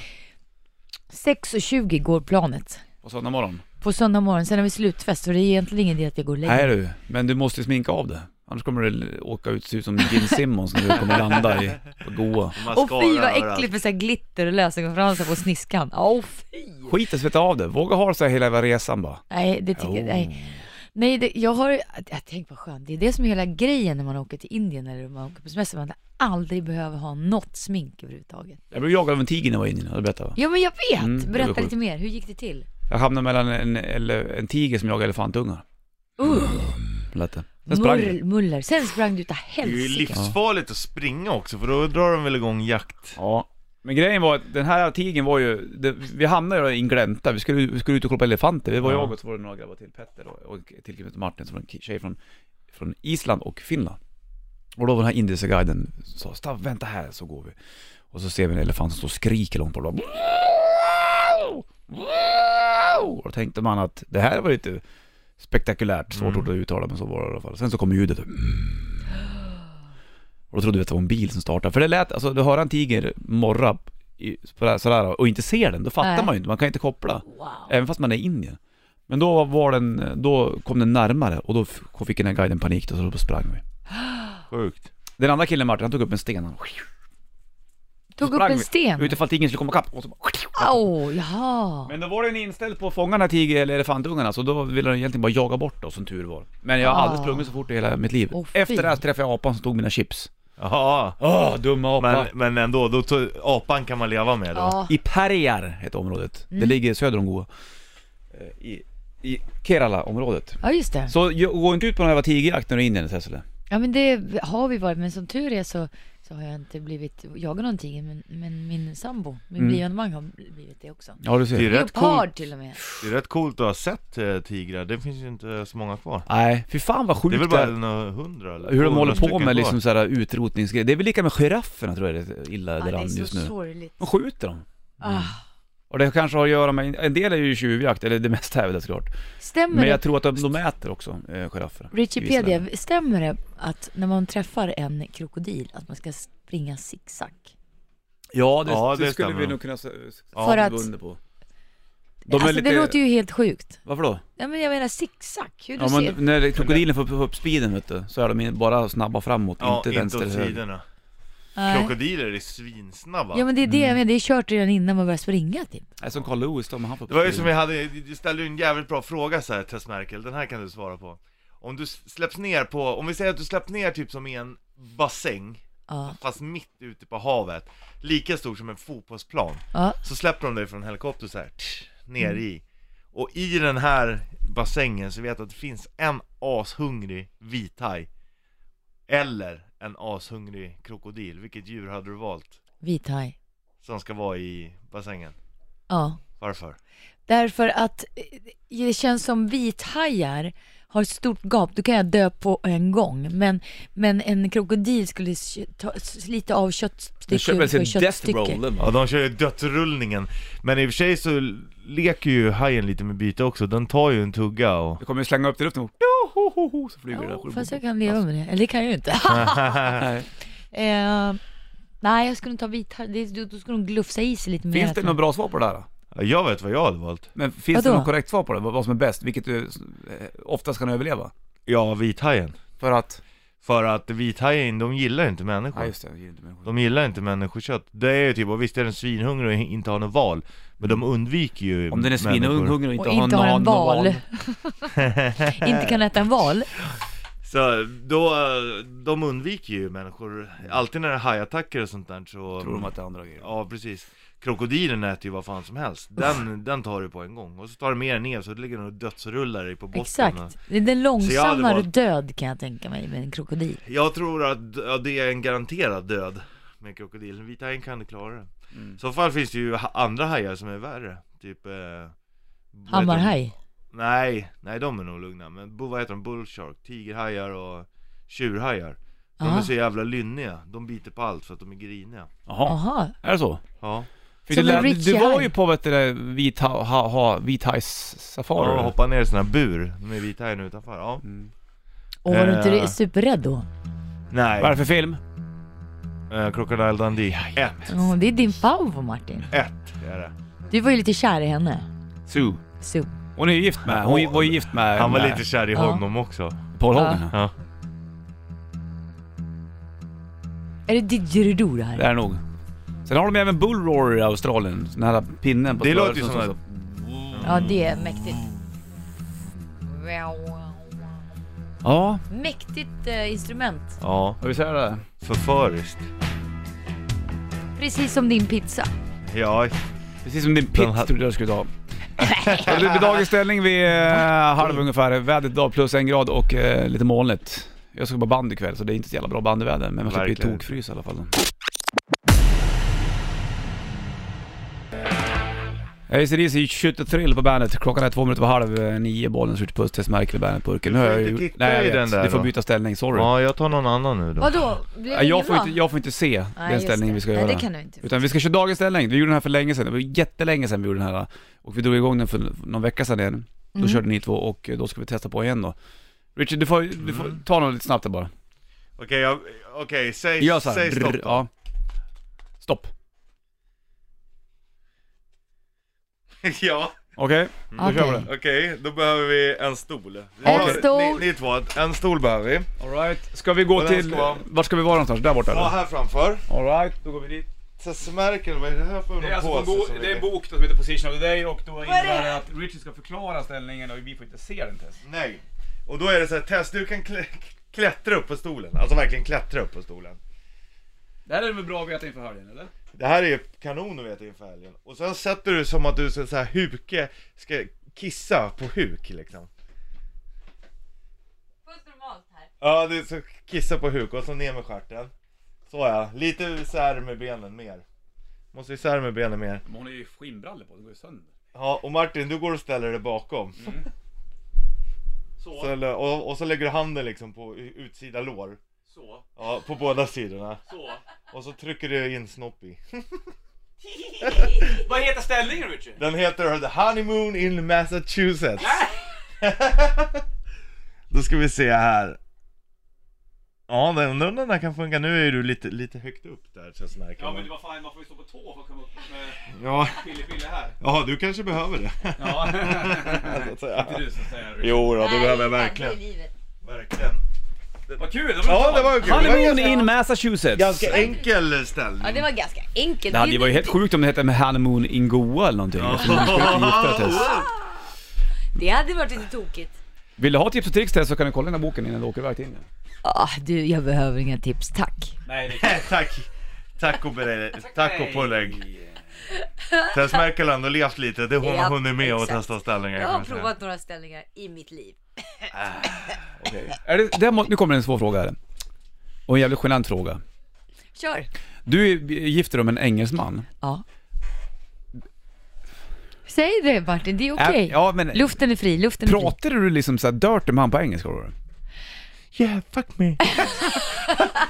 S4: 6.20 går planet.
S1: På söndag morgon?
S4: På söndag morgon, sen har vi slutfest och det är egentligen ingen idé att jag går längre.
S1: Nej du, men du måste sminka av det. Annars kommer du åka ut se ut som Gene Simmons när du kommer landa i på Goa.
S4: Och fy vad äckligt med så här glitter och lösögonfransar på sniskan. Åh fy!
S1: Skit i att sveta av det. Våga ha det så här hela resan bara.
S4: Nej, det tycker jag,
S1: Jo.
S4: nej. Nej, det, jag har, jag tänk vad skönt, det är det som är hela grejen när man åker till Indien eller man åker på semester, man aldrig behöver ha något smink överhuvudtaget.
S1: Jag blev jagad av en tiger när jag var i Indien, har jag berättat va?
S4: Ja men jag vet!
S1: Mm, det var
S4: Berätta
S1: sjukt.
S4: lite mer, hur gick det till?
S1: Jag hamnade mellan en, eller, en tiger som jagar elefantungar.
S4: Uh,
S1: Lät det. Sen sprang jag.
S4: murr, muller, sen sprang du utav
S2: Det är ju
S4: helsike.
S2: livsfarligt att springa också för då drar de väl igång jakt.
S1: Ja. Men grejen var att den här tigern var ju, det, vi hamnade ju i en glänta, vi skulle, vi skulle ut och kolla på elefanter. Det var
S2: Ja.
S1: jag och så var det några grabbar till, Petter och, och till och med Martin som var en ki- tjej från, från Island och Finland. Och då var den här indiska guiden sa, "Stav, vänta här så går vi. Och så ser vi en elefant som står och skriker långt bort. Bara, och då tänkte man att det här var ju inte spektakulärt, svårt ord att uttala men så var det i alla fall. Sen så kom ljudet. Och då trodde vi att det var en bil som startade. För det lät, alltså du hör en tiger morra i, sådär, sådär och inte ser den, då fattar
S4: Nej.
S1: man ju inte, man kan inte koppla.
S4: Wow.
S1: Även fast man är i Indien. Men då var den, då kom den närmare och då f- fick den här guiden panik och så då sprang vi.
S2: Sjukt.
S1: Den andra killen Martin, han tog upp en sten, han
S4: Tog upp
S1: sprang
S4: en
S1: vi.
S4: sten.
S1: utifall tigern skulle komma ikapp och så bara...
S4: Åh, jaha.
S1: Men då var den inställd på att fånga den här tiger eller elefantungarna så då ville den egentligen bara jaga bort oss som tur var. Men jag har aldrig
S4: Ah.
S1: sprungit så fort i hela mitt liv.
S4: Åh, fy.
S1: Efter det här träffade jag apan som tog mina chips.
S2: Ja,
S1: Åh, dumma apa!
S2: men, men ändå, då to- apan kan man leva med då.
S4: Ja.
S1: I Perjar heter området.
S4: Mm.
S1: Det ligger söder om Goa. Eh, I, i Kerala-området.
S4: ja, just det.
S1: Så ju- gå inte ut på den här jävla tigerjakten i Indien Sessele.
S4: Ja men det har vi varit, men som tur är så, så har jag inte blivit jagad någonting. Men, men min sambo, min
S1: Mm.
S4: blivande man har blivit det också.
S1: Ja du
S2: Det är
S1: ser.
S2: rätt
S4: Leopard
S2: coolt,
S4: till och med.
S2: det är rätt coolt att ha sett eh, tigrar, det finns ju inte så många kvar.
S1: Nej, fy fan vad
S2: Det är väl
S1: sjukt det
S2: bara
S1: är.
S2: några hundra eller
S1: Hur de
S2: 200
S1: håller på
S2: stycken
S1: med
S2: kvar.
S1: liksom så här utrotningsgrejer. Det är väl lika med girafferna tror jag det är illa
S4: Ja, det
S1: däran
S4: är så
S1: just nu. Mm.
S4: sorgligt.
S1: De skjuter dem.
S4: Ah,
S1: Och det kanske har att göra med, en del är ju tjuvjakt, eller det mesta är väl det såklart.
S4: stämmer
S1: Men
S4: det,
S1: jag tror att de, de äter också, eh, giraffer. i vissa länder.
S4: Richipedia, stämmer det att när man träffar en krokodil att man ska springa zigzag?
S1: Ja, det,
S2: Ja,
S1: det, skulle
S2: det stämmer
S1: vi
S2: nog.
S1: nog kunna s- s-
S2: Ja.
S4: För
S1: skriva
S4: att-
S1: under på. De är
S4: Alltså
S1: lite,
S4: det låter ju helt sjukt.
S1: varför då?
S4: Ja, men jag menar zigzag, hur du
S1: Ja,
S4: ser.
S1: men när krokodilen får upp speeden vet du, så är de in- bara snabba framåt,
S2: Ja,
S1: inte vänster
S2: åt
S1: eller höger.
S2: sidorna.
S4: Nej.
S2: Krokodiler är svinsnabba.
S4: Ja men det är det
S1: Mm.
S4: jag menar, det är kört redan innan man börjar springa typ.
S1: Det är som Carl Lewis då, men han får upp
S2: Det var ju
S1: speeden.
S2: som jag hade, du ställde ju en jävligt bra fråga så här, Tess Merkel, den här kan du svara på. Om du s- släpps ner på, om vi säger att du släpps ner typ som i en bassäng,
S4: Ja.
S2: fast mitt ute på havet, lika stor som en fotbollsplan,
S4: Ja.
S2: så släpper de dig från en helikopter så här, tsch, ner i. Och i den här bassängen så vet du att det finns en ashungrig vithaj, eller en ashungrig krokodil. Vilket djur hade du valt
S4: Vithaj.
S2: som ska vara i bassängen?
S4: Ja.
S2: Varför?
S4: Därför att eh, det känns som vithajar har ett stort gap, då kan jag dö på en gång. Men, men en krokodil skulle s- ta, slita av
S1: Du
S4: köttstycke
S1: kör väl
S4: för
S1: sin death
S4: köttstycke.
S1: rollen
S2: Ja,
S1: va?
S2: de kör ju dödsrullningen. Men i och för sig så leker ju hajen lite med byte också. Den tar ju en tugga och...
S1: Du kommer ju slänga upp det i luften och Johohoho, så flyger det.
S4: Ja,
S1: där.
S4: fast jag kan leva med det, eller det kan jag ju inte.
S1: Nej.
S4: eh, nej, jag skulle inte ta vithaj, det- då- då skulle de glufsa i sig lite mer.
S1: Finns det något bra svar på det där? då?
S2: Ja, Jag vet vad jag hade valt.
S1: Men finns det
S4: Vadå?
S1: något korrekt svar på det? Vad vad som är bäst? Vilket du eh, oftast kan överleva?
S2: Ja, vithajen.
S1: För att...
S2: För att vithajen, de gillar inte människor.
S1: Nej just det, det ger inte människor.
S2: De gillar inte människokött. Det är ju typ, och visst är den svinhungrig och inte har något val. Men de undviker ju
S1: Mm. Om den är
S2: människor.
S1: svinhungrig och inte,
S4: Och inte
S1: har
S4: har en
S1: någon val.
S4: val. inte kan äta en val.
S2: Så då, eh, de undviker ju människor. Alltid när det är hajattacker och sånt där så...
S1: Tror de att det är andra grejer.
S2: Ja, precis. Krokodilen äter ju vad fan som helst. Den, den tar du på en gång. Och så tar du med den ner så ligger den och dödsrullar dig på botten.
S4: Exakt. Det är den
S2: Så jag hade
S4: långsammare
S2: varit-
S4: död kan jag tänka mig med en krokodil.
S2: Jag tror att ja, det är en garanterad död med krokodilen. Vita hajen kan inte klara det.
S1: Mm.
S2: I så fall finns det ju ha- andra hajar som är värre. Typ... Eh, vad heter
S4: Hammarhaj.
S2: de? Nej, nej de är nog lugna. Men bu- vad heter de? Bullshark, tigerhajar och tjurhajar. De är
S4: Ja.
S2: så jävla lynniga. De biter på allt för att de är griniga.
S1: Jaha,
S4: Aha.
S1: är det så?
S2: Ja,
S1: För
S4: Som
S1: du,
S4: en
S1: lär-
S4: Richie
S1: du var
S4: Haj.
S1: ju på vet du, det, vit ha, ha, ha, vithajs-safari.
S2: och hoppar ner i såna här bur med vita hajen utanför. Ja.
S4: Och var du inte
S2: Eh.
S4: superrädd då?
S2: Nej.
S1: Vad är det för film?
S2: Eh, Crocodile Dundee. Ett.
S4: Ja, det är din favorit Martin.
S2: Ett. Det är det.
S4: Du var ju lite kär i henne.
S1: Sue.
S4: Så.
S1: Hon är ju gift med, hon var ju gift med...
S2: Han var
S1: med
S2: lite kär i
S4: Ja.
S2: honom också.
S1: Paul Hogan.
S2: Ja.
S4: Är det didgeridoo det
S1: Det
S4: här?
S1: är det nog. Sen har de även bullroarer i Australien, den här pinnen på
S2: Det
S1: snöret
S2: låter ju som att...
S4: Ja, det är mäktigt.
S1: Ja,
S4: Mäktigt eh, instrument.
S2: Ja,
S1: och vi säger det.
S2: förföriskt.
S4: Precis som din pizza.
S2: Ja,
S1: Precis som din
S2: Den
S1: pit
S2: här-
S1: trodde jag skulle ta. Det blir dagens ställning vid eh, halv ungefär. Vädret idag plus en grad och eh, lite molnigt. Jag ska på band ikväll så det är inte så jävla bra bandyväder men man slipper ju
S2: Verkligen.
S1: tokfrys i alla fall. ACDC 23 på bandet. Klockan är två minuter på halv eh, nio. Bollen skjuter puss till Merkel i bandetburken.
S2: Du får
S1: har jag
S2: inte
S1: ju-
S2: titta
S1: Nej jag
S2: i
S1: vet.
S2: den där
S1: du får
S2: då.
S1: byta ställning, sorry.
S2: ja jag tar någon annan nu då.
S4: Vadå? Blev det
S1: Nej, jag,
S4: ingen
S1: får
S4: bra?
S1: inte, jag får inte se
S4: Nej,
S1: den
S4: just
S1: ställningen vi ska
S4: det.
S1: göra.
S4: Nej, det kan du inte.
S1: Utan vi ska köra dagens ställning. Vi gjorde den här för länge sedan. Det var jättelänge sedan vi gjorde den här. Och vi drog igång den för någon vecka sedan igen. Då körde ni två och då ska vi testa på igen då. Richard, du får, du får ta något lite snabbt där bara.
S2: Okej, jag, okej, säg,
S1: Gör så här.
S2: säg stopp.
S1: Drr, ja. Stopp.
S2: ja,
S1: Okej, då kör vi
S4: Okej.
S1: det.
S2: okej, då behöver vi en stol.
S4: En
S2: Ni-
S4: stol.
S2: Ni, ni två, en stol behöver vi.
S1: Alright. Ska vi gå
S2: Och den
S1: till...
S2: ska vara-
S1: Vart ska vi vara någonstans? Där borta
S2: Ja,
S1: eller?
S2: här framför.
S1: Alright, då går vi dit.
S2: Sessamärken, vad är det här för
S1: Det är, alltså
S2: påse
S1: en bo,
S2: som
S1: det är en
S2: ligger?
S1: bok då som heter Position of the Day och då innebär det att Richard ska förklara ställningen och vi får inte se den test.
S2: Nej. Och då är det så här, Tess du kan klä, klättra upp på stolen. Alltså verkligen klättra upp på stolen.
S1: Det här är väl bra att veta inför helgen eller?
S2: Det här är ju kanon att veta inför helgen. Och sen sätter du som att du ska så här huke, ska kissa på huk liksom.
S4: Fullt normalt här.
S2: Ja, du ska kissa på huk och så ner med stjärten. Så ja, lite isär med benen mer. Måste isär med benen mer.
S1: Men hon har ju skinnbrallor på, det går ju sönder.
S2: Ja, och Martin du går och ställer dig bakom.
S1: Mm. Så,
S2: Så, lä- och, och så lägger du handen liksom på u- utsida lår.
S1: så,
S2: Ja, på båda sidorna.
S1: så.
S2: Och så trycker du in snopp i.
S1: Vad heter ställningen Richard?
S2: Den heter The Honeymoon in Massachusetts. Då ska vi se här. Ja, den undrar om den här kan funka. Nu är du lite, lite högt upp där känns det
S1: Ja men
S2: här.
S1: vad fan, man får ju stå på tå för att komma upp med
S2: Ja,
S1: pille-pille här.
S2: ja, du kanske behöver det.
S1: Ja.
S2: Så att säga.
S1: Inte du som säger Richard.
S2: Jo, då, det behöver jag verkligen. Verkligen.
S1: Vad kul, det
S2: Ja,
S1: bra.
S2: det var kul. Det var
S1: Honeymoon
S2: ganska-
S1: in Massachusetts.
S2: Ganska enkel ställning.
S4: Ja, det var ganska enkelt.
S1: Det hade ju varit helt sjukt om det hette med Honeymoon in Goa eller någonting. Eftersom du skulle inte gifta dig, Tess.
S4: det hade varit lite tokigt.
S1: Vill du ha tips och tricks Tess så kan du kolla den här boken innan du åker iväg till Indien.
S4: Ah, du, jag behöver inga tips, tack.
S1: Nej, det
S2: Eh, Tack. Tack och bered- tack och pålägg. Tess Merkel har ändå levt lite. Det är hon
S4: Ja,
S2: har hunnit med och
S4: exakt.
S2: testa ställningar.
S4: Jag
S2: kan
S4: har
S2: man säga.
S4: provat några ställningar i mitt liv.
S1: Är det, det här må, nu kommer en svår fråga här. Och en jävligt genant fråga.
S4: Kör!
S1: Du är gifter dig med en engelsman.
S4: Ja. Säg det Martin, det är okej.
S1: Äh, ja, men-
S4: Luften är fri, luften är fri.
S1: Pratade du liksom såhär dirty med han på engelska då?
S2: Yeah, fuck me.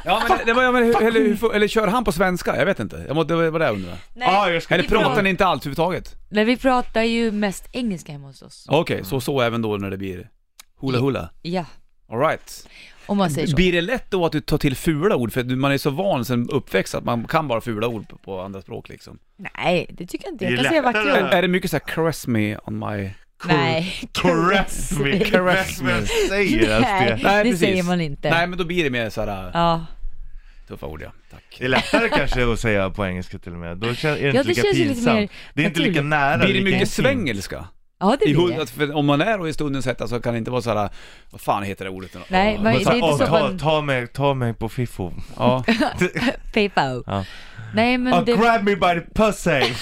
S1: Ja men, det var, ja, men hur, eller, hur, får- eller kör han på svenska? Jag vet inte. Jag må, det var det jag undrade.
S4: Nej,
S2: Ah, jag ska-
S1: Eller
S4: vi
S1: pratar ni inte alls överhuvudtaget?
S4: Nej, vi pratar ju mest engelska hemma hos oss.
S1: Okej, så så även då när det blir hula hula?
S4: Mm. Ja,
S1: Alright.
S4: om man säger så.
S1: Blir det lätt då att du tar till fula ord? För att du- man är så van sen uppväxt att man kan bara fula ord på, på andra språk liksom.
S4: Nej, det tycker jag inte.
S2: Det
S4: Jag
S2: är
S4: kan säga
S2: lättare.
S1: Är,
S4: vackra ord.
S1: är det mycket såhär 'caress me on my'
S4: Nej,
S2: Caress me.
S1: Caress me.
S2: Vem säger ens det?
S4: Nej, det säger man inte.
S1: Nej men då blir det mer såhär äh,
S4: Ja.
S1: tuffa ord ja. Tack.
S2: Det är lättare kanske att säga på engelska till och med. Då kän- är det inte
S4: det
S2: lika
S4: känns ju lite
S2: pinsamt.
S4: mer
S2: det är inte lika
S4: naturligt.
S2: nära.
S1: Blir det
S2: lika
S1: mycket
S2: intimt.
S1: svängelska?
S4: ja, det
S1: I
S4: blir
S1: hund,
S4: det.
S1: att- för om man är och i stundens hetta så kan det inte vara såhär, vad fan heter det ordet? nu då? Ja,
S4: Nej, men-
S2: Men
S4: det
S2: så,
S4: är inte
S2: åh,
S4: så
S2: ta,
S4: man-
S2: ta, mig, ta mig på fiffo.
S1: ja.
S4: Paypal.
S2: Ja.
S4: Nej, men
S2: Oh,
S4: det...
S2: grab me by the pussy!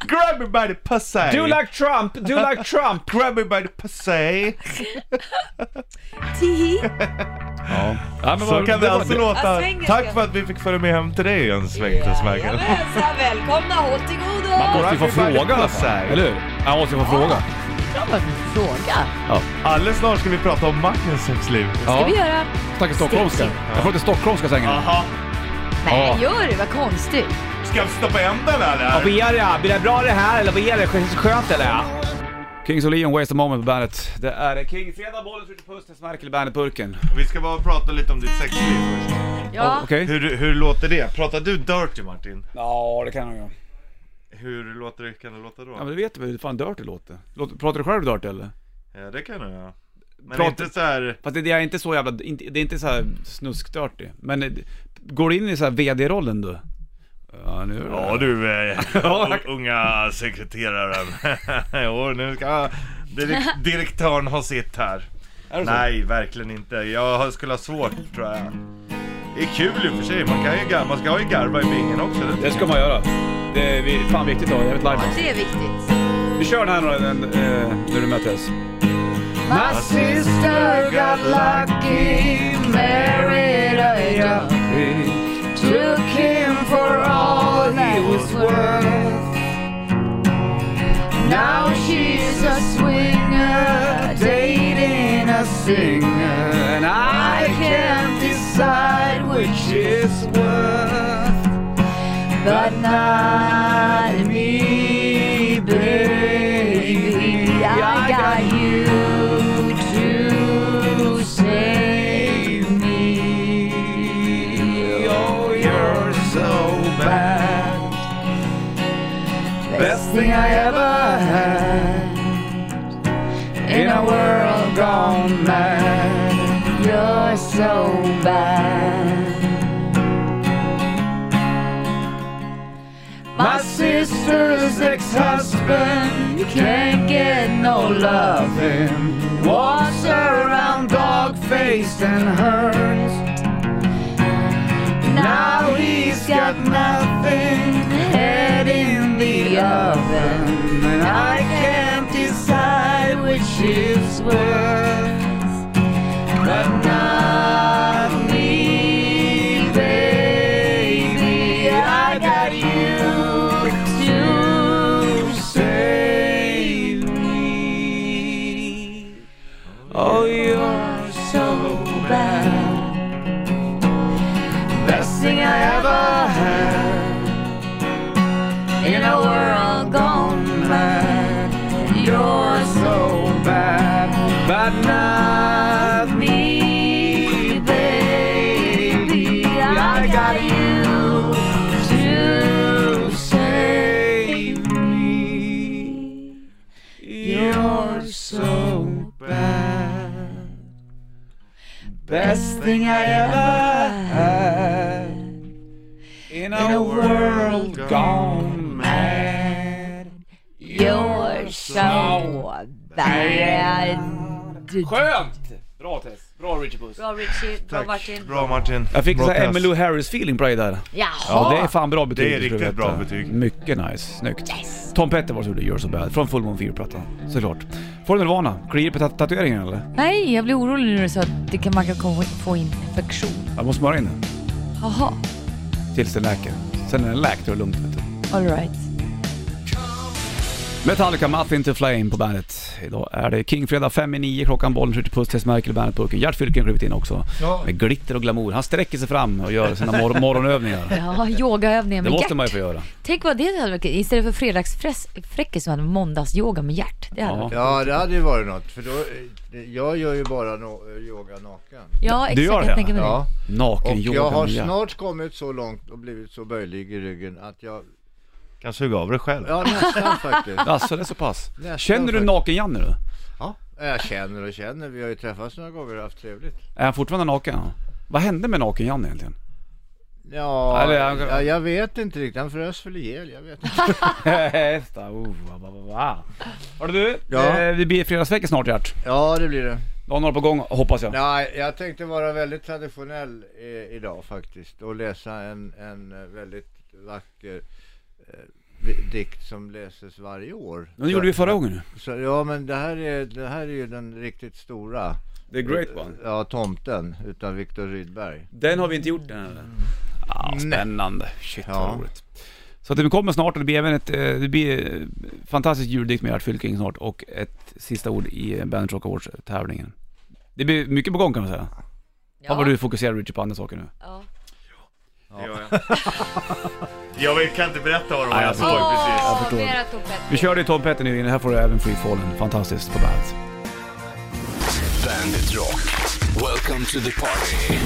S2: grab me by the pussy!
S1: Do like Trump, do like Trump!
S2: Grab me by the pussy!
S4: Tihi.
S1: Ja, ja men
S2: Så
S1: vad,
S2: kan det
S1: var-
S2: alltså låta.
S4: Ja, svänger
S2: Tack
S4: ska-
S2: för att vi fick följa med hem till dig en sväng Tasmakan.
S4: Jajamensan, alltså, välkomna, håll till godo!
S1: Man måste ju få
S2: Everybody
S1: fråga i alla
S2: pussar.
S1: fall, eller hur? Man måste ju få fråga.
S4: Bra att du frågar.
S2: Alldeles snart ska vi prata om Martins sexliv.
S4: Ska vi göra?
S1: Snacka stockholmska.
S4: Stick.
S1: Jag pratar stockholmska sängen.
S2: Jaha,
S4: Nej,
S1: Ja.
S4: gör det, vad konstigt.
S2: ska vi stoppa hem den eller?
S1: är det? Blir det bra det här eller vad är det? Skönt eller? Kings och Leon, Waste a moment på bandet. Det är King, fredag, bollen skjuter puss, det smärker i bandet-burken.
S2: Vi ska bara prata lite om ditt sexliv först.
S4: Ja,
S1: Okej?
S2: Hur, hur låter det? Pratar du dirty Martin?
S1: Ja, det kan jag göra.
S2: Hur låter det? Kan det låta då?
S1: Ja men du vet väl hur fan dirty låter? Låter- Pratar du själv dirty eller?
S2: Ja, det kan jag göra. Men
S1: Prata-
S2: inte så här...
S1: Fast det, det är inte så jävla, inte, det är inte så här snuskdirty. Men eh, går du in i så här VD-rollen du? Ja nu är det-
S2: Ja du, eh,
S1: Ja.
S2: u- unga sekreteraren. jo, nu ska direk- direktören ha sitt här.
S1: Är det så?
S2: Nej, verkligen inte. Jag har- skulle ha svårt tror jag. Det är kul i och för sig, man, kan ju, gar- man ska ju garva i bingen också. Det.
S1: Det ska man göra. Det är vi- fan viktigt att ha jävligt live. alltså.
S4: det är viktigt.
S1: Vi kör den här då, den, eh, när du mötes.
S4: My sister got lucky, married a young, took him for all he was worth. Now she's a swinger, dating a
S1: singer and
S4: I can't decide which
S1: is worth
S4: but not me, baby. I got you to save me.
S1: Oh you're so bad
S4: Best thing I ever had in a world gone mad. You're so bad. My sister's ex-husband can't get no love.
S1: him
S4: Walks around
S1: dog-faced and hurt
S4: Now Oh, he's got
S1: nothing
S4: head in the oven.
S1: and
S4: I can't decide which is worse, but not me, baby. I got you to save me. Oh, you're so bad. Best thing I ever had in a world gone mad. You're so
S1: bad, but not
S4: me, baby. I got you to save me. You're so bad. Best thing I ever had
S1: in
S4: in a world gone mad. You're so bad.
S1: Skönt! Bra Tess, bra Richard Puss.
S4: Bra Richie, bra Martin.
S2: Bra Martin.
S1: Jag fick
S2: bra
S1: såhär
S2: test.
S1: Emmylou Harris-feeling på dig där.
S4: Jaha!
S1: Ja, det är fan bra betyg.
S2: Det är
S1: ska du
S2: riktigt
S1: veta.
S2: bra betyg.
S1: Mycket nice, snyggt. Tom Petterborn gjorde You're So Bad från Full Moon 4-plattan, såklart. Får du Nirvana? Kliar på tat- tatueringen eller?
S4: Nej, jag blir orolig när du sa att det kan, man kan komma, få infektion.
S1: Jag måste smörja in den
S4: Jaha,
S1: tills den läker. Sen när den läkt då är det lugnt vet du.
S4: alright.
S1: Metallica, Mouth Into Flame på bandet. Idag är det Kingfredag 5 i 9, klockan bollen skjuter puss till Merkel i bandetburken. Gert Fylking har klivit in också.
S2: Ja.
S1: Med glitter och glamour. Han sträcker sig fram och gör sina mor- morgonövningar.
S4: Ja, yogaövningar
S1: Det
S4: med
S1: måste
S4: hjärt.
S1: man ju få göra.
S4: Tänk vad det hade varit kul. Istället för fredagsfräckis så hade man måndagsyoga med hjärt. Det hade
S1: Ja.
S4: varit.
S5: Ja, det hade ju varit något. För då, eh, jag gör ju bara no- yoga naken.
S4: ja, exakt.
S1: Du gör det?
S4: Jag tänker mig
S5: Ja, och
S1: Naken
S5: jag har
S1: yoga
S5: snart kommit så långt och blivit så böjlig i ryggen att jag...
S2: Kan suga av dig själv.
S5: Ja, nästan faktiskt.
S1: Alltså det är så pass.
S5: Nästan
S1: Känner du
S5: faktiskt.
S1: Naken-Janne nu?
S5: Ja, jag känner och känner. Vi har ju träffats några gånger och haft trevligt.
S1: Är han fortfarande naken? Vad hände med Naken-Janne egentligen?
S5: Ja,
S1: Eller han-
S5: ja, jag vet inte riktigt. Han frös väl ihjel, jag vet inte.
S1: Hästar, oh, va, va, va, va. Hörru du,
S5: Ja.
S1: eh, vi blir fredagsvecka snart Gert.
S5: Ja, det blir det.
S1: Du har några på gång hoppas jag.
S5: Nej, jag tänkte vara väldigt traditionell eh, idag faktiskt och läsa en, en eh, väldigt vacker eh, vi- dikt som läses varje år.
S1: Den gjorde vi förra gången ju.
S5: Så, ja, men det här, är, det här är ju den riktigt stora.
S1: The Great One.
S5: Eh, Ja, Tomten utan Viktor Rydberg.
S1: Den har vi inte gjort än eller? Ah, spännande. Shit
S5: Ja.
S1: vad roligt. Så att det kommer snart och det blir även ett, eh, det blir eh, fantastiskt juldikt med Gert Fylking snart och ett sista ord i Bandit Rock Awards tävlingen. Det blir mycket på gång kan man säga.
S4: Ja.
S1: Fan vad du fokuserar Richard på andra saker nu.
S4: Ja.
S2: Det gör jag. jag vet- kan inte berätta vad de
S1: Nej,
S2: här
S1: jag
S2: såg precis.
S1: förstår.
S4: mera toppen.
S1: Vi körde ju Tom Petty nu, här får du även Free Fallen. Fantastiskt på bandet.
S3: Bandit Rock. Welcome to the party.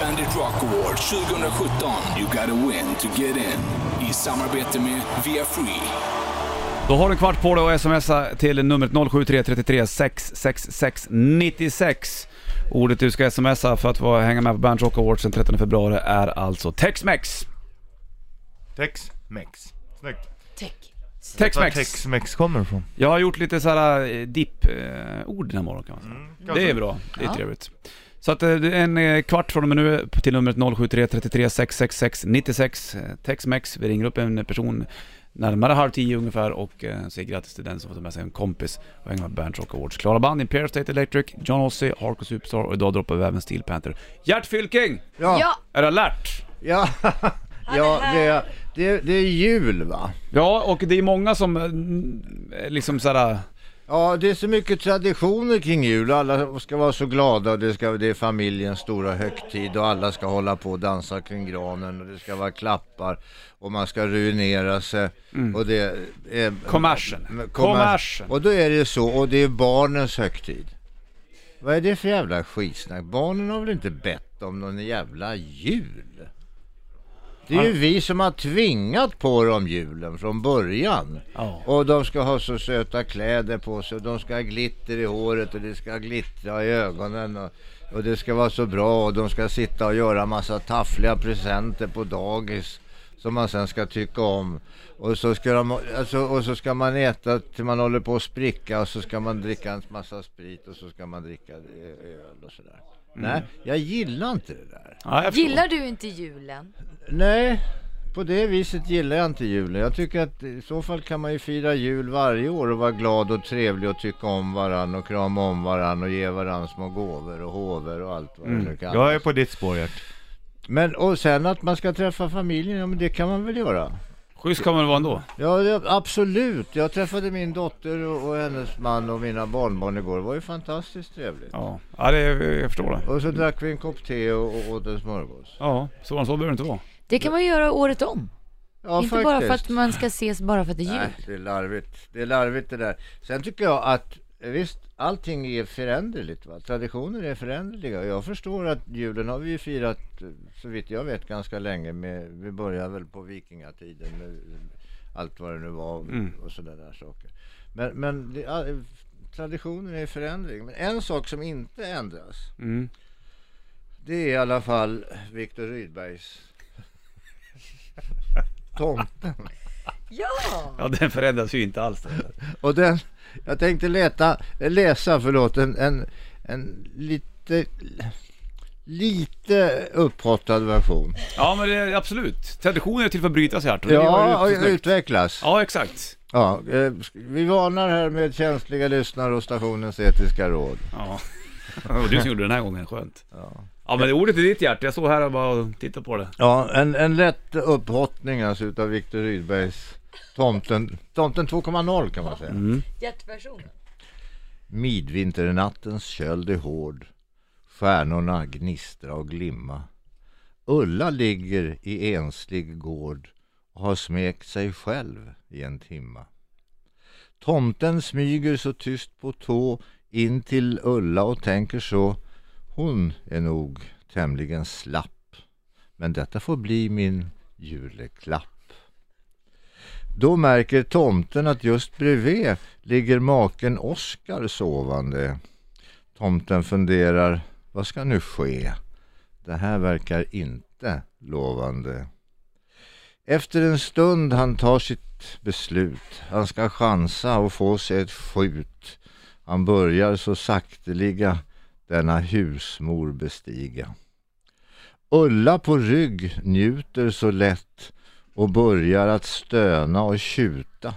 S3: Bandit Rock Award 2017. You gotta win to get in. I samarbete med Via Free.
S1: Då har du en kvart på dig att smsa till numret 07333 666 96. Ordet du ska smsa för att få hänga med på Bernt Rock Awards den 13 februari är alltså Tex-Mex.
S2: Tex Mex. Snyggt.
S4: Tech.
S2: Var
S1: Tex-Mex.
S2: Tex Mex kommer ifrån.
S1: Jag har gjort lite eh, såhär dipp-ord den här morgonen Mm, kan man säga. Det är bra, det är
S4: Ja.
S1: trevligt. Så att eh, det är en eh, kvart från och med nu till numret 07333 666 96. eh, Tex-Mex. Vi ringer upp en person närmare halv tio ungefär och eh, säger grattis till den som fått med sig en kompis och hänga med Bernt Rock Awards. Klara Band, Imperial State Electric, John Ossie, Harko Superstar och idag droppar vi även Steel Panther. Gert Fylking!
S5: Ja, ja,
S4: Ja,
S1: Är du alert?
S5: ja, det, det, det är jul va?
S1: Ja, och det är många som eh, liksom såhär...
S5: Ja, det är så mycket traditioner kring jul. Alla ska vara så glada och det, ska, det är familjens stora högtid och alla ska hålla på och dansa kring granen och det ska vara klappar och man ska ruinera sig. Och det är...
S1: Kommersen.
S5: kommer-
S1: Mm. Kommersen.
S5: Och då är det så, och det är barnens högtid. Vad är det för jävla skitsnack? Barnen har väl inte bett om någon jävla jul? Det är ju vi som har tvingat på dem julen från början.
S1: Ja.
S5: Och de ska ha så söta kläder på sig och de ska ha glitter i håret och det ska glittra i ögonen och, och det ska vara så bra och de ska sitta och göra massa taffliga presenter på dagis som man sen ska tycka om. Och så ska, de, alltså, och så ska man äta till man håller på att spricka och så ska man dricka en massa sprit och så ska man dricka eh, öl och sådär. Nej, jag gillar inte det där.
S1: Ja, jag förstår.
S4: gillar du inte julen?
S5: Nej, på det viset gillar jag inte julen. Jag tycker att i så fall kan man ju fira jul varje år och vara glad och trevlig och tycka om varann och krama om varann och ge varann små gåvor och håver och allt vad det nu kan.
S2: Jag är på ditt spår Gert.
S5: Men och sen att man ska träffa familjen, ja men det kan man väl göra?
S1: Schysst kan man väl vara ändå?
S5: Ja, det, absolut. Jag träffade min dotter och, och hennes man och mina barnbarn igår. Det var ju fantastiskt trevligt.
S1: Ja, ja det, jag förstår det.
S5: Och så drack vi en kopp te och, och åt en smörgås.
S1: Ja, så så behöver det inte vara.
S4: Det kan man ju göra året om.
S5: Ja,
S4: inte bara för att man ska ses bara för att det är jul.
S5: Nej, det är larvigt. Det är larvigt det där. Sen tycker jag att eh, visst, allting är föränderligt. Va? Traditioner är föränderliga. Jag förstår att julen har vi ju firat, eh, så vitt jag vet, ganska länge. Med, vi började väl på vikingatiden med eh, allt vad det nu var och, och sådana där saker. Men, men det, all- eh, traditioner är föränderliga. Men en sak som inte ändras,
S1: Mm.
S5: det är i alla fall Viktor Rydbergs tomten.
S4: Ja!
S1: Ja, den förändras ju inte alls.
S5: Och den, jag tänkte leta, läsa, förlåt, en, en, en lite, lite upphottad version.
S1: Ja, men det är absolut. Traditioner är till för att brytas här. och det
S5: Ja,
S1: var
S5: och
S1: ju snyggt.
S5: utvecklas.
S1: ja, exakt.
S5: Ja, eh, vi varnar här med känsliga lyssnare och stationens etiska råd.
S1: Ja. Det var du som gjorde den här gången, skönt. Ja. men ordet är ditt hjärta, jag står här och bara tittar på det.
S5: Ja, en, en lätt upphottning alltså utav Viktor Rydbergs Tomten, tomten 2.0 kan man säga.
S4: Hjärtversionen.
S5: Midvinternattens köld är hård. Stjärnorna gnistra och glimma. Ulla ligger i enslig gård och har smekt sig själv i en timma. Tomten smyger så tyst på tå in till Ulla och tänker så. Hon är nog tämligen slapp. Men detta får bli min julklapp. Då märker tomten att just bredvid ligger maken Oskar sovande. Tomten funderar, vad ska nu ske? Det här verkar inte lovande. Efter en stund han tar sitt beslut. Han ska chansa och få sig ett skjut. Han börjar så sakteliga denna husmor bestiga. Ulla på rygg njuter så lätt och börjar att stöna och tjuta.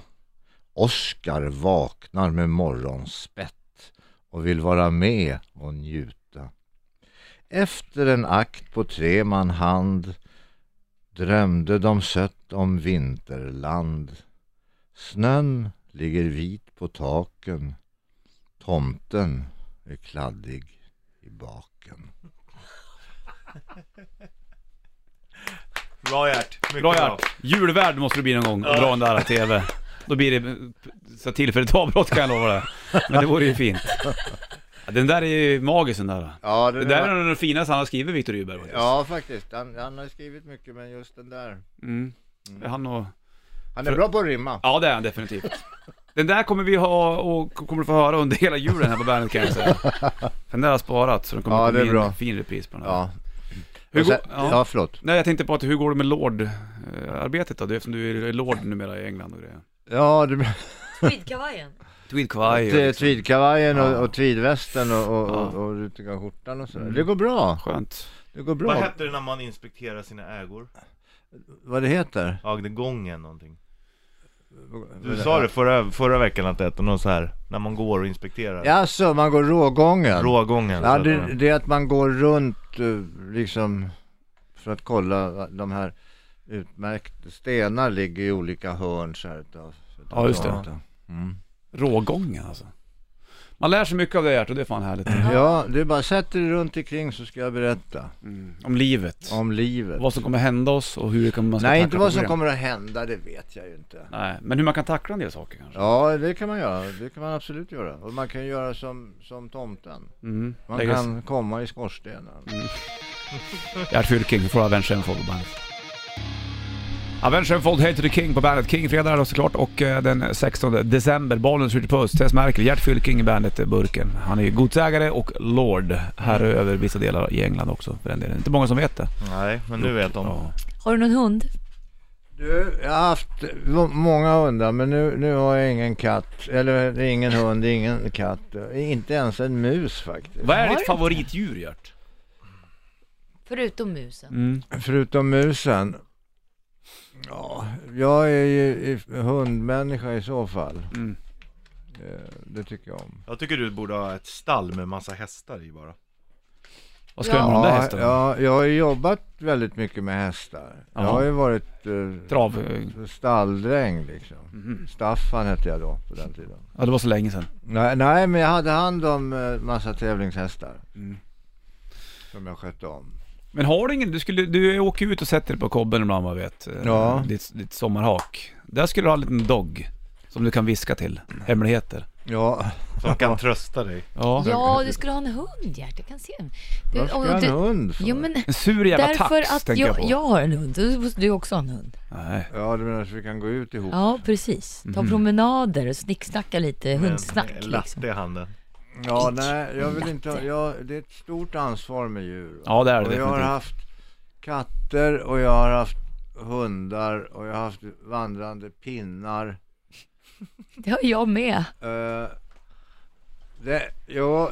S5: Oskar vaknar med morgonspett och vill vara med och njuta. Efter en akt på tre man hand drömde de sött om vinterland. Snön ligger vit på taken. Tomten är kladdig i baken.
S2: Bra Gert, mycket
S1: Bra Gert! Julvärd måste du bli någon gång och dra den där TV. Då blir det så tillfälligt avbrott kan jag lova dig. Men det vore ju fint. Ja, Den där är ju magisk den där.
S5: Ja,
S1: Det där är nog den finaste han har skrivit, Viktor Rydberg. faktiskt.
S5: Ja, faktiskt. Han, han har skrivit mycket, men just den där.
S1: Mm. Han och...
S5: Han är bra på att rimma.
S1: Ja, det är han definitivt. Den där kommer vi ha och kommer du få höra under hela julen här på bandet kan jag säga. För Den där har sparat så den kommer
S5: Ja,
S1: att
S5: det är
S1: bli
S5: bra.
S1: en fin repris på den här.
S5: Ja.
S1: Hur
S5: Och sen,
S1: går- ja.
S5: ja, förlåt.
S1: Nej, jag tänkte på att hur går det med Lord-arbetet då? Du- Eftersom du är Lord numera i England och grejer.
S5: Ja, det,
S4: Tweedkavajen.
S1: Tweedkavaj
S5: det,
S1: och...
S5: tweedkavajen och, och tweedvästen och, och, och, och rutigagskjortan och sådär. Det går bra.
S1: Skönt.
S5: Det går
S2: Vad
S5: bra.
S2: hette det när man inspekterar sina ägor?
S5: Vad det heter?
S2: Ja, det gången någonting. Du sa det förra, förra veckan att det hette något så här när man går och inspekterar.
S5: Ja, så man går rågången.
S2: Rågången.
S5: ja,
S2: så att
S5: det,
S2: den-
S5: det är att man går runt eh, liksom för att kolla de här utmärkta stenar ligger i olika hörn så här utav.
S1: Ja, just det.
S5: utav- Mm.
S1: Rågången alltså. Man lär sig mycket av det Gert och det är fan härligt.
S5: Ja, du bara sätter dig runt omkring så ska jag berätta
S1: Om livet.
S5: om livet.
S1: Vad som kommer hända oss och hur det kommer man ska
S5: Nej,
S1: tackla
S5: inte vad som
S1: problem.
S5: kommer att hända, det vet jag ju inte.
S1: Nej, men hur man kan tackla en del saker kanske.
S5: Ja, det kan man göra. Det kan man absolut göra. Och man kan göra som, som tomten.
S1: Mm.
S5: Man
S1: Lägga-
S5: kan komma i skorstenen.
S1: Gert Fylking får Avenge Enfold på bandet. Avenge Enfold heter The King på bandet. King fredag då såklart och eh, den 16 december. Bollen skjuter puss. Tess Merkel, Gert Fylking i bandet eh, Burken. Han är ju godsägare och Lord. Här över vissa delar i England också för den delen. Inte många som vet det.
S2: Nej, men nu vet de.
S1: Ja.
S4: Har du någon hund?
S5: Du, jag har haft må- många hundar men nu, nu har jag ingen katt. Eller det är ingen hund, det är ingen katt. Det är Inte ens en mus faktiskt.
S1: Vad är
S4: Har
S1: ditt
S4: du
S1: favoritdjur Gert?
S4: Förutom musen.
S5: Mm. Förutom musen. Ja, jag är ju i- hundmänniska i så fall.
S1: Mm.
S5: Eh, Det tycker jag om.
S2: Jag tycker du borde ha ett stall med massa hästar i bara.
S1: Vad ska du med de där
S5: ja,
S1: hästarna?
S5: ja, jag har ju jobbat väldigt mycket med hästar. Jag
S1: Jaha.
S5: har ju varit eh,
S1: Trav? eh,
S5: stalldräng liksom.
S1: Mhm.
S5: Staffan hette jag då på den tiden.
S1: Ja, det var så länge sedan.
S5: Nej, nej, men jag hade hand om eh, massa tävlingshästar.
S1: Mm.
S5: Som jag skötte om.
S1: Men har du ingen, du, skulle, du åker ju ut och sätter dig på kobben ibland vad jag vet. Eh,
S5: Ja.
S1: Ditt, ditt sommarhak. Där skulle du ha en liten dogg. Som du kan viska till. Hemligheter.
S5: Ja,
S2: Som kan trösta dig.
S1: Ja.
S4: Ja, du skulle ha en hund Gert, jag kan se den. Du,
S5: vad ska
S4: och
S5: jag ha
S4: du-
S5: en hund för?
S4: Jo men,
S1: En sur jävla
S4: därför
S1: tax
S4: att
S1: tänker jag,
S4: jag,
S1: på.
S4: jag har en hund, då måste du också ha en hund.
S1: Nej.
S5: Ja, du menar så vi kan gå ut ihop? Ja,
S4: Ja, precis. Ta promenader och snicksnacka lite hundsnack
S2: En
S4: liksom.
S2: Latte i handen.
S5: nej, jag vill inte ha, jag, Det är ett stort ansvar med djur. va?
S1: Ja det är det
S5: och jag har
S1: definitivt.
S5: haft katter och jag har haft hundar och jag har haft vandrande pinnar.
S4: Det har jag med.
S5: Eh, det, ja,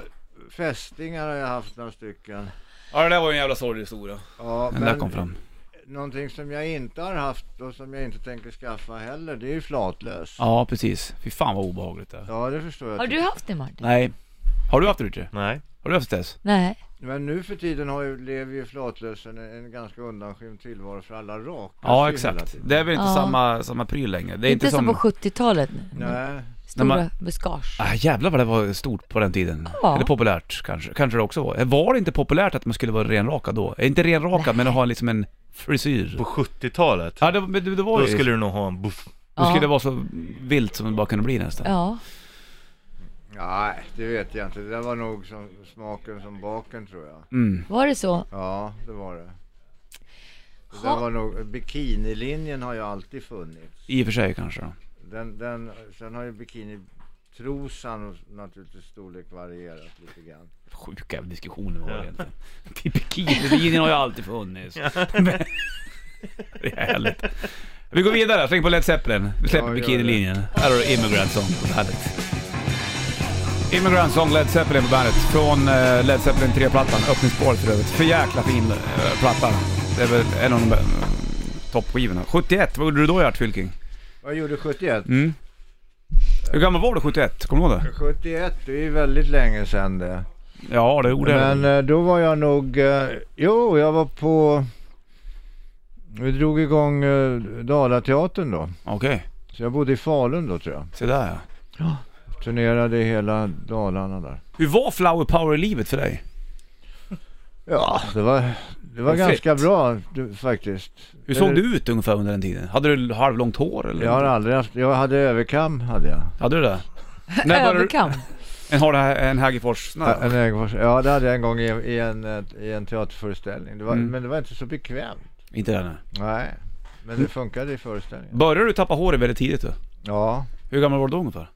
S5: fästingar har jag haft några stycken.
S1: Ja det där var ju en jävla sorglig historia.
S5: Ja,
S1: Den där kom fram.
S5: Någonting som jag inte har haft och som jag inte tänker skaffa heller, det är ju flatlös. Ja,
S1: Ja precis. Fy fan vad obehagligt det är.
S5: det förstår jag.
S4: Har du haft det Martin?
S1: Nej. Har du haft Richie?
S2: Nej.
S1: Har du haft Tess?
S4: Nej.
S5: Men nu för tiden har ju, lever ju flatlösen en, en ganska undanskymd tillvaro för alla raka
S1: Ja,
S5: sig hela
S1: exakt.
S5: tiden.
S1: Det är väl inte
S4: Ja.
S1: samma, samma pryl längre. Det är
S4: inte, som på 70-talet.
S5: Nej.
S4: Stora
S1: man-
S4: buskage.
S1: Ah, jävlar vad det var stort på den tiden.
S4: Ja.
S1: Eller populärt kanske. Kanske det också var. Eh, Var det inte populärt att man skulle vara renrakad då? Eh, Inte renrakad men att ha liksom en frisyr.
S2: På 70-talet?
S1: Ja, det, men det, det var
S2: Då
S1: ju...
S2: skulle du nog ha en buff.
S1: Då skulle
S4: Ja.
S1: det vara så vilt som det bara kunde bli nästan.
S4: Ja.
S5: Nej, det vet jag inte. Det där var nog som, smaken som baken tror jag.
S1: Mm.
S4: Var det så?
S5: Ja, det var det. Det där
S4: Ha.
S5: var nog, bikinilinjen har ju alltid funnits.
S1: I och för sig kanske då.
S5: Den, den, sen har ju bikinitrosan naturligtvis storlek varierat lite grann.
S1: Sjuka diskussioner var det egentligen. Bikinilinjen har ju alltid funnits. Men- det är härligt. Vi går vidare, släng på Led Zeppelin. Vi släpper
S5: Ja, gör
S1: bikinilinjen. Här har du Immigrant Song. Härligt. Immigrant Song, Led Zeppelin på bandet. Från eh, Led Zeppelin 3-plattan, öppningsspåret för övrigt. För jäkla fin eh, platta. Det är väl en av de eh, toppskivorna. 71, vad gjorde du då Gert Fylking?
S5: Vad gjorde 71?
S1: Mm. Hur gammal var du 71? Kommer du ihåg det?
S5: 71, det är ju väldigt länge sedan det.
S1: Ja, det gjorde jag.
S5: Men eh, då var jag nog, eh, jo jag var på, vi drog igång eh, Dalateatern då.
S1: Okej,
S5: Så jag bodde i Falun då tror jag.
S1: se där ja.
S5: Turnerade i hela Dalarna där.
S1: Hur var Flower Power-livet för dig?
S5: Ja, det var, det var
S1: Perfekt.
S5: ganska bra du, faktiskt.
S1: Hur såg
S5: Eller-
S1: du ut ungefär under den tiden? Hade du halvlångt hår eller?
S5: Jag har aldrig haft, jag Eh, hade överkam hade jag.
S1: Hade du det? När började du...
S4: Överkam.
S1: En, har du en Hägerfors?
S5: Ja, en ögonfors- ja, det hade jag en gång i, i, en, eh, i en teaterföreställning. Det var,
S1: Mm.
S5: Men det var inte så bekvämt.
S1: Inte det nej.
S5: Nej, men det funkade i föreställningen.
S1: Började du tappa håret väldigt tidigt då?
S5: Ja,
S1: Hur gammal var du då ungefär?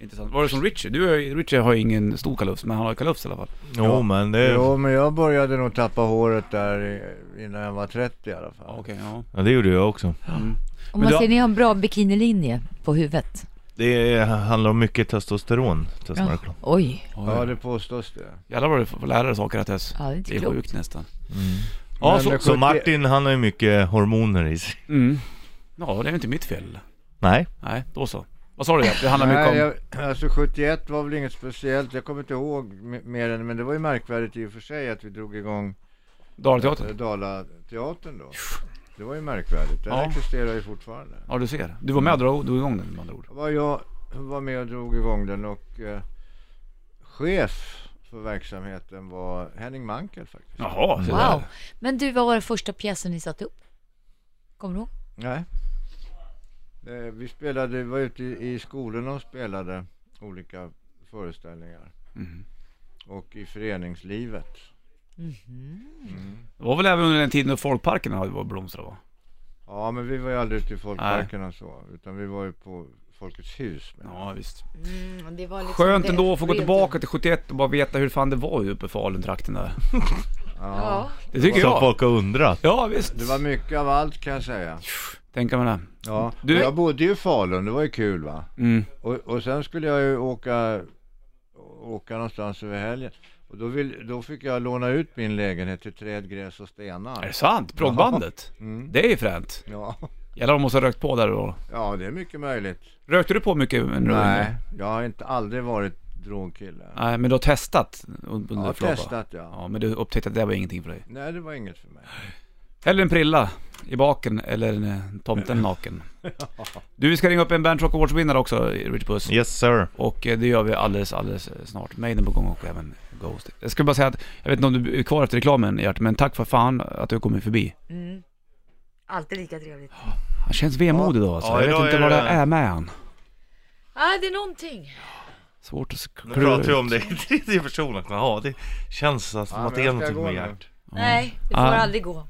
S1: Intressant. Var det som Richie? Du, är- Richie har ju ingen stor kalufs, men han har ju kalufs i alla fall.
S2: Jo men
S1: Eh.
S2: det,
S5: jo, men jag började nog tappa håret där i- innan jag var 30 i alla fall.
S1: Okej, ja.
S2: ja, det gjorde jag också.
S5: Mm.
S4: Om
S1: Men
S4: man
S1: du-
S4: ser, ni har en bra bikinilinje på huvudet.
S2: Det handlar om mycket testosteron, Tess
S4: Ja.
S2: Marklund.
S4: Oj.
S5: Ja,
S1: Oj.
S5: det påstås det.
S1: Jävlar vad du får lära dig saker att Tess.
S4: Ja, det är inte
S1: Det är
S4: klokt.
S1: sjukt nästan. Ja,
S5: Men
S1: så...
S5: det-
S2: Så Martin han har ju mycket hormoner i sig.
S1: Mm. Ja, det är ju inte mitt fel.
S2: Nej.
S1: Nej, då så. Vad sa du Gert? Det handlar mycket om...
S5: Nej, jag, alltså 71 var väl inget speciellt. Jag kommer inte ihåg m- mer än, men det var ju märkvärdigt i och för sig att vi drog igång eh,
S1: Dalateatern?
S5: Dalateatern då. Det var ju märkvärdigt. Den
S1: Ja.
S5: existerar ju fortfarande.
S1: Ja, du ser. Du var med och drog, drog igång den med andra ord.
S5: var jag var med och drog igång den och eh, chef för verksamheten var Henning Mankel faktiskt.
S1: Jaha, se där.
S4: Wow. Men du, vad var den första pjäsen ni satte upp? Kommer du ihåg?
S5: Nej. Eh, vi spelade, vi var ute i, i skolorna och spelade olika föreställningar.
S1: Mhm.
S5: Och i föreningslivet.
S1: Det var väl även under den tiden då folkparkerna var blomstrade va?
S5: Ja men vi var ju aldrig ute i folkparkerna och så. Utan vi var ju på Folkets hus. Men.
S1: Ja, visst.
S4: Mm, det typ. var
S1: Skönt ändå att få gå tillbaka till 71 och bara veta hur fan det var ju uppe i Falun-trakten där.
S4: Ja.
S1: Det tycker
S2: Som
S1: jag.
S2: folk har undrat.
S1: Ja, visst.
S5: Det var mycket av allt kan jag säga.
S1: Tänka mig det.
S5: Ja.
S1: Du-
S5: Jag bodde ju i Falun, det var ju kul va.
S1: Mm.
S5: Och, och sen skulle jag ju åka, åka någonstans över helgen. Och då, vill, då fick jag låna ut min lägenhet till träd, gräs och
S1: Är det
S5: stenar.
S1: sant? Proggbandet?
S5: Mm.
S1: Det är ju fränt.
S5: Ja,
S1: Jävlar de måste ha rökt på där då.
S5: ja, det är mycket möjligt.
S1: Rökte du på mycket under
S5: Nej, jag har inte aldrig varit drogkille.
S1: Nej, men du har testat under
S5: Jag har
S1: flabba.
S5: testat ja.
S1: Ah, Ja, men du upptäckte att det var ingenting för dig.
S5: Nej, det var inget för mig.
S1: Hellre en prilla i baken eller en eh, tomten naken. Du, vi ska ringa upp en Bandrock Awards-vinnare också, Rich Puss.
S2: Yes sir.
S1: Och eh, det gör vi alldeles, alldeles eh, snart. Maiden på gång och även Ghost. Jag skulle bara säga att, jag vet inte om du är kvar efter reklamen Gert, men tack för fan att du har kommit förbi.
S4: Alltid lika trevligt.
S1: Han känns vemodig idag alltså.
S2: Ja,
S1: Jag
S2: idag
S1: vet inte
S2: är
S1: vad det
S2: det-
S1: är med han.
S4: ah, det är någonting.
S1: Svårt att
S2: Nu
S1: klura
S2: pratar vi
S1: ut.
S2: om det i tredje person. Ja, det känns som
S5: Ja, men
S2: att det
S5: jag
S2: är
S5: ska
S2: någonting
S5: gå
S2: med
S5: nu.
S2: hjärt.
S4: Nej, det får
S1: Ah.
S4: aldrig gå.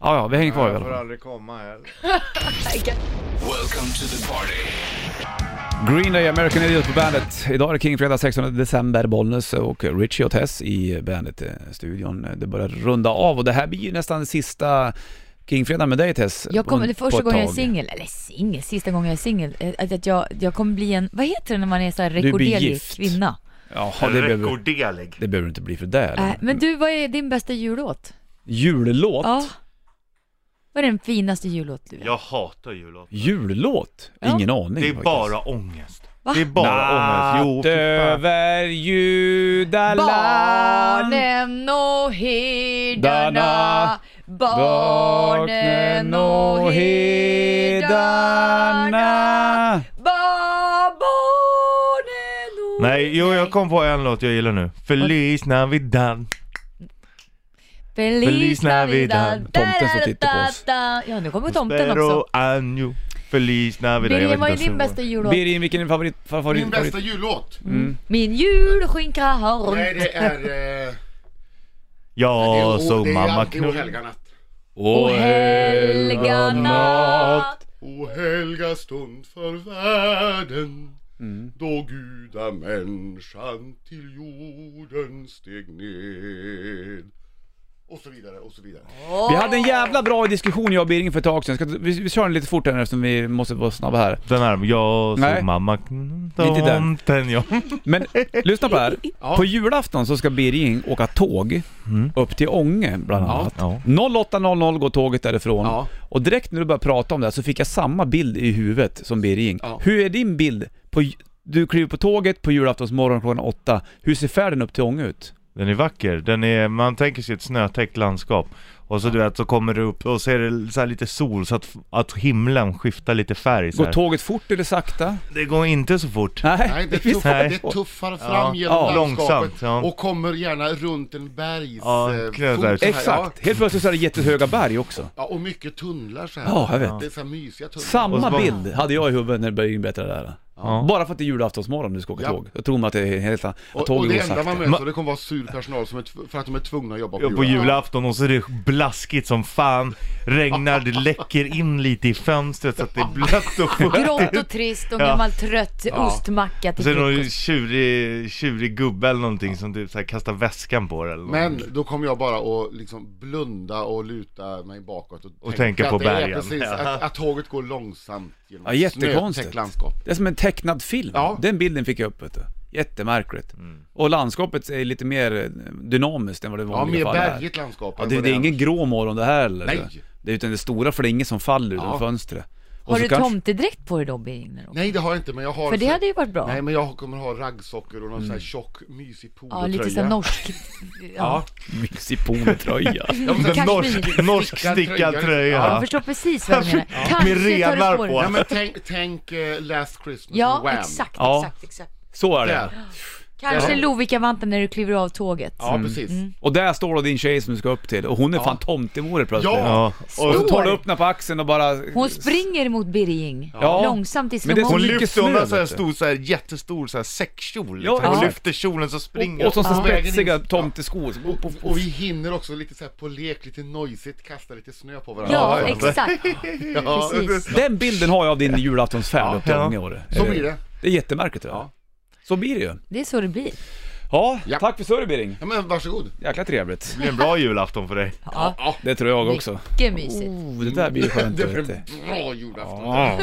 S1: Ja, ja, vi hänger kvar i
S5: Jag
S1: alla
S5: får
S1: fall.
S5: aldrig komma heller.
S3: Welcome to the party.
S1: Green Day, American Idiot på bandet. Idag är det King Fredag 16 december, Bollnäs och Richie och Tess i bandet-studion. Det börjar runda av och det här blir ju nästan sista Kingfredagen med dig Tess.
S4: Jag kommer,
S1: på-
S4: det är
S1: på
S4: första
S1: ett
S4: gången jag är
S1: tag.
S4: singel, eller singel, sista gången jag är singel, eh, att, att jag, jag kommer bli en, vad heter det när man är så här
S1: blir
S4: rekorderlig
S1: gift.
S4: kvinna?
S1: Jaha, det behöver,
S2: Rekorddelig.
S1: det behöver inte bli för det eller?
S4: Äh, men du, vad är din bästa jullåt?
S1: Jullåt?
S4: Ja. Vad är den finaste jullåt du vet?
S2: Jag hatar jullåt.
S1: Jullåt?
S4: Ja.
S1: Ingen aning
S2: Det är
S1: faktiskt.
S2: bara ångest.
S4: Va?
S2: Det är bara ångest. Jo,
S1: Natt över judaland
S4: Barnen och herdarna Barnen och herdarna Ba- Barnen och
S2: Nej, jo jag kom på en låt jag gillar nu. Feliz Navidad. Feliz
S4: Feliz Navidad
S2: Navidad.
S1: Tomten som tittar på oss.
S4: Ja, nu kommer tomten också.
S2: año. Feliz Navidad. Jag
S4: Birger,
S2: vet
S4: vad är
S2: inte ens
S4: din
S2: hur det
S4: bästa jullåt?
S1: Birgin, vilken är din favorit? favorit,
S6: Min
S1: favorit?
S6: bästa jullåt?
S4: Min julskinka har
S6: Nej,
S4: runt.
S6: det är... Eh, det är
S2: Ja,
S6: O-
S2: så
S6: det är
S2: mamma
S6: alltid O
S2: knull.
S6: helga natt.
S4: Åh helga natt.
S6: O helga stund för världen då gudamänniskan till jorden steg ned. Och så vidare, och så vidare.
S1: Vi hade en jävla bra diskussion jag och Birgin för ett tag sedan. Ska, vi, vi kör den lite fort här nu eftersom vi måste vara snabba här.
S2: Den här, jag
S1: Nej.
S2: såg mamma knull.
S1: Inte den.
S2: Tomten, ja.
S1: Men lyssna på det här. På julafton så ska Birging åka tåg upp till Ånge bland annat.
S2: Mm. Ja.
S1: 08.00 går tåget därifrån.
S6: Ja.
S1: Och direkt när du började prata om det här så fick jag samma bild i huvudet som Birging.
S6: Ja.
S1: Hur är din bild? På, ju- du kliver på tåget på julaftonsmorgon klockan åtta. Hur ser färden upp till Ånge ut?
S2: Den är vacker. Den är, man tänker sig ett snötäckt landskap. Och så du vet, så kommer du upp och ser det så här lite sol så att, att himlen skiftar lite färg så
S1: Går
S2: här.
S1: tåget fort eller sakta?
S2: Det går inte så fort.
S1: Nej,
S6: Nej, det,
S1: finns-
S6: tuffar,
S2: Nej.
S6: det tuffar fram genom
S2: Ja,
S6: landskapet
S2: långsamt, ja.
S6: och kommer gärna runt en bergs...
S2: Ja,
S6: eh,
S2: knö
S6: fot
S2: där.
S6: så här, ja.
S1: Exakt. Helt plötsligt så är det jättehöga berg också.
S6: Ja, och mycket tunnlar så här.
S1: Ja, jag vet.
S6: Det är så här mysiga tunnlar.
S2: Och så
S1: Samma
S2: bara-
S1: bild hade jag i huvudet när Birging berättade det här.
S2: Ja.
S1: Bara för att det är julaftonsmorgon du ska åka
S6: Ja.
S1: tåg. Jag tror man att det är helt att
S6: och, och
S1: tåget
S6: det
S1: går
S6: enda
S1: sakta.
S6: man möter, det kommer vara sur personal som är tv- för att de är tvungna att jobba på,
S2: Ja, på julafton och så är det blaskigt som fan. Regnar, det läcker in lite i fönstret så att det är blött och fuktigt.
S4: Grått och trist och
S2: Ja.
S4: gammal trött ostmacka till
S2: Och så är det någon
S4: frukost.
S2: tjurig, tjurig gubbe eller någonting som typ så här kastar väskan på det eller någonting.
S6: Men då kommer jag bara att liksom blunda och luta mig bakåt och,
S2: tänka på
S6: att det är
S2: bergen.
S6: Precis, att, att tåget går långsamt genom
S1: Ja,
S6: ett
S1: jättekonstigt.
S6: snötäckt landskap.
S1: Det är som en tecknad film.
S6: Ja. Mm.
S1: Den bilden fick jag upp vet du. Jättemärkligt. Och landskapet är lite mer eh, dynamiskt än vad det
S6: Ja,
S1: vanliga
S6: mer
S1: fall är.
S6: bergigt landskap.
S1: Ja,
S6: än
S1: det,
S6: vad
S1: det är
S6: annars.
S1: ingen grå morgon det här eller?
S6: Nej.
S1: Det är utan det är stora flingor som faller utanför
S6: Ja.
S1: fönstret. Och
S4: Har
S1: så
S4: du
S1: kanske-
S4: tomtedräkt på dig då Birger?
S6: Nej, det har jag inte, men jag har...
S4: För det
S6: så-
S4: hade ju varit bra.
S6: Nej, men jag kommer ha raggsockor och någon
S2: Mm.
S6: sån här tjock, mysig polotröja.
S4: Ja, lite såhär norsk. Ja,
S1: Mysig polotröja.
S4: Kashmir.
S2: norsk, norsk stickad
S4: jag
S2: tröja.
S4: förstår precis vad du menar. Kanske
S2: Med
S4: tar du
S2: renar
S4: på dig-
S2: på.
S6: Nej, men tänk, tänk eh, Last Christmas med
S4: Ja,
S6: Wham.
S4: exakt,
S1: Ja.
S4: exakt, exakt.
S1: Så är det.
S6: Där.
S4: Kanske
S6: Ja.
S4: Lovikkavanten när du kliver av tåget.
S6: Ja,
S2: Mm.
S6: precis.
S4: Mm.
S1: Och där står då din tjej som du ska upp till och hon är fan tomtemor helt plötsligt.
S6: Ja.
S2: Ja.
S1: Och så
S4: Stor.
S1: tar du upp henne på axeln och bara...
S4: Hon springer mot Birging.
S1: Ja.
S4: Långsamt i
S1: Men det är så
S2: Hon
S4: slowmotion.
S1: mycket
S2: lyfter, hon
S1: snö,
S2: har så här
S1: vet du.
S2: stor, så här, jättestor så här säckkjol.
S1: Ja,
S2: liksom. Hon
S1: ja.
S2: lyfter kjolen så springer
S1: Och, och som så
S6: Ja.
S1: spetsiga
S6: Vägen in.
S1: tomteskor. Så-
S6: Och, och vi hinner också lite så här på lek, lite noisigt, kasta lite snö på varandra.
S4: Ja, exakt. Precis.
S1: Den bilden har jag av din julaftonsfärd upp till
S2: ja.
S1: Ånge. Åre.
S6: Så blir det.
S1: Det är jättemärkligt det där. Så blir det ju.
S4: Det är så det blir.
S1: Ja,
S6: Ja.
S1: tack för surr Birring.
S6: Ja, men varsågod.
S1: Jäkla trevligt.
S2: Det blir en bra julafton för dig.
S1: Det tror jag också.
S4: Mycket mysigt.
S1: Oh, det där blir ju skönt.
S6: Det
S1: vet du.
S6: blir bra julafton.
S1: Ja,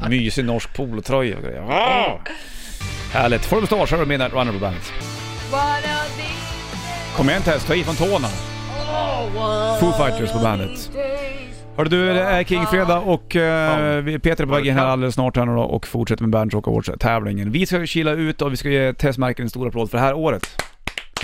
S1: men mysig norsk polotröja och grejer. Ja. Härligt. Får du mustasch här och Midnight Runner på bandet. Kom igen Tess, ta i från tårna. Foo Fighters på bandet. Hörru du, det är King-fredag och eh, vi Peter är på väg in här alldeles snart här nu då och fortsätter med Bandit Rock Awards-tävlingen. Vi ska kila ut och vi ska ge Tess Marken en stor applåd för det här året.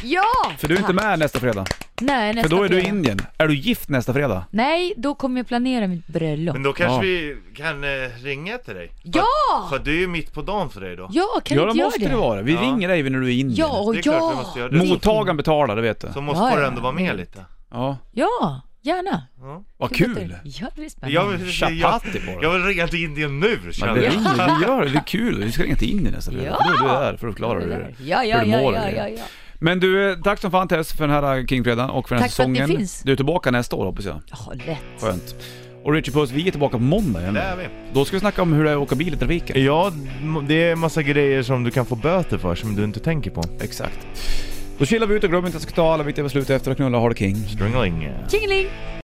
S4: Ja!
S1: För du är inte med nästa fredag.
S4: Nej, nästa
S1: För då är du i
S4: fredag.
S1: Indien. Är du gift nästa fredag?
S4: Nej, då kommer jag planera mitt bröllop.
S2: Men då kanske
S1: Ja.
S2: vi kan eh, ringa till dig.
S4: Ja!
S2: För det är ju mitt på dagen för dig då.
S4: Ja, kan
S1: ja,
S4: du
S1: det
S4: inte göra
S1: måste
S4: det?
S1: det vara. Vi
S2: Ja.
S1: ringer dig när du är i Indien.
S4: Ja, och
S2: det är klart vi
S4: ja!
S2: måste göra det.
S1: Mottagaren betalar, det vet du.
S2: Så måste
S4: Ja,
S2: man
S4: ja.
S2: ändå vara med lite.
S1: Ja.
S4: Ja, gärna.
S2: Ja.
S1: Vad
S4: Kul att
S1: kul!
S4: du- Ja, det är
S2: Jag,
S4: spännande.
S2: vill- jag,
S1: Chapati på
S2: jag
S1: det.
S2: vill ringa till Indien nu
S1: Men
S2: känner
S1: vi
S2: jag.
S1: ringer, vi gör det. Det är kul. Vi ska ringa till Indien nästa fredag.
S4: Ja.
S1: För då är du där för att förklara hur det
S4: Ja, ja,
S1: hur du
S4: ja,
S1: mår
S4: ja,
S1: och
S4: ja,
S1: grejer.
S4: ja.
S1: Men du, eh, tack som fan Tess för den här Kingfredagen och för den här
S4: Tack för att ni
S1: säsongen.
S4: finns.
S1: Du är tillbaka nästa år hoppas jag.
S4: Ja, lätt.
S1: Skönt. Och Richard Puss, vi är tillbaka på måndag igen.
S2: Det är vi.
S1: Då ska vi snacka om hur det är att åka bil i trafiken.
S2: Ja, det är massa grejer som du kan få böter för som du inte tänker på.
S1: Exakt. Då chillar vi ut och glöm inte att ska ta alla viktiga beslut efter att knulla och ha det king.
S2: Stringling.
S4: Tjingeling!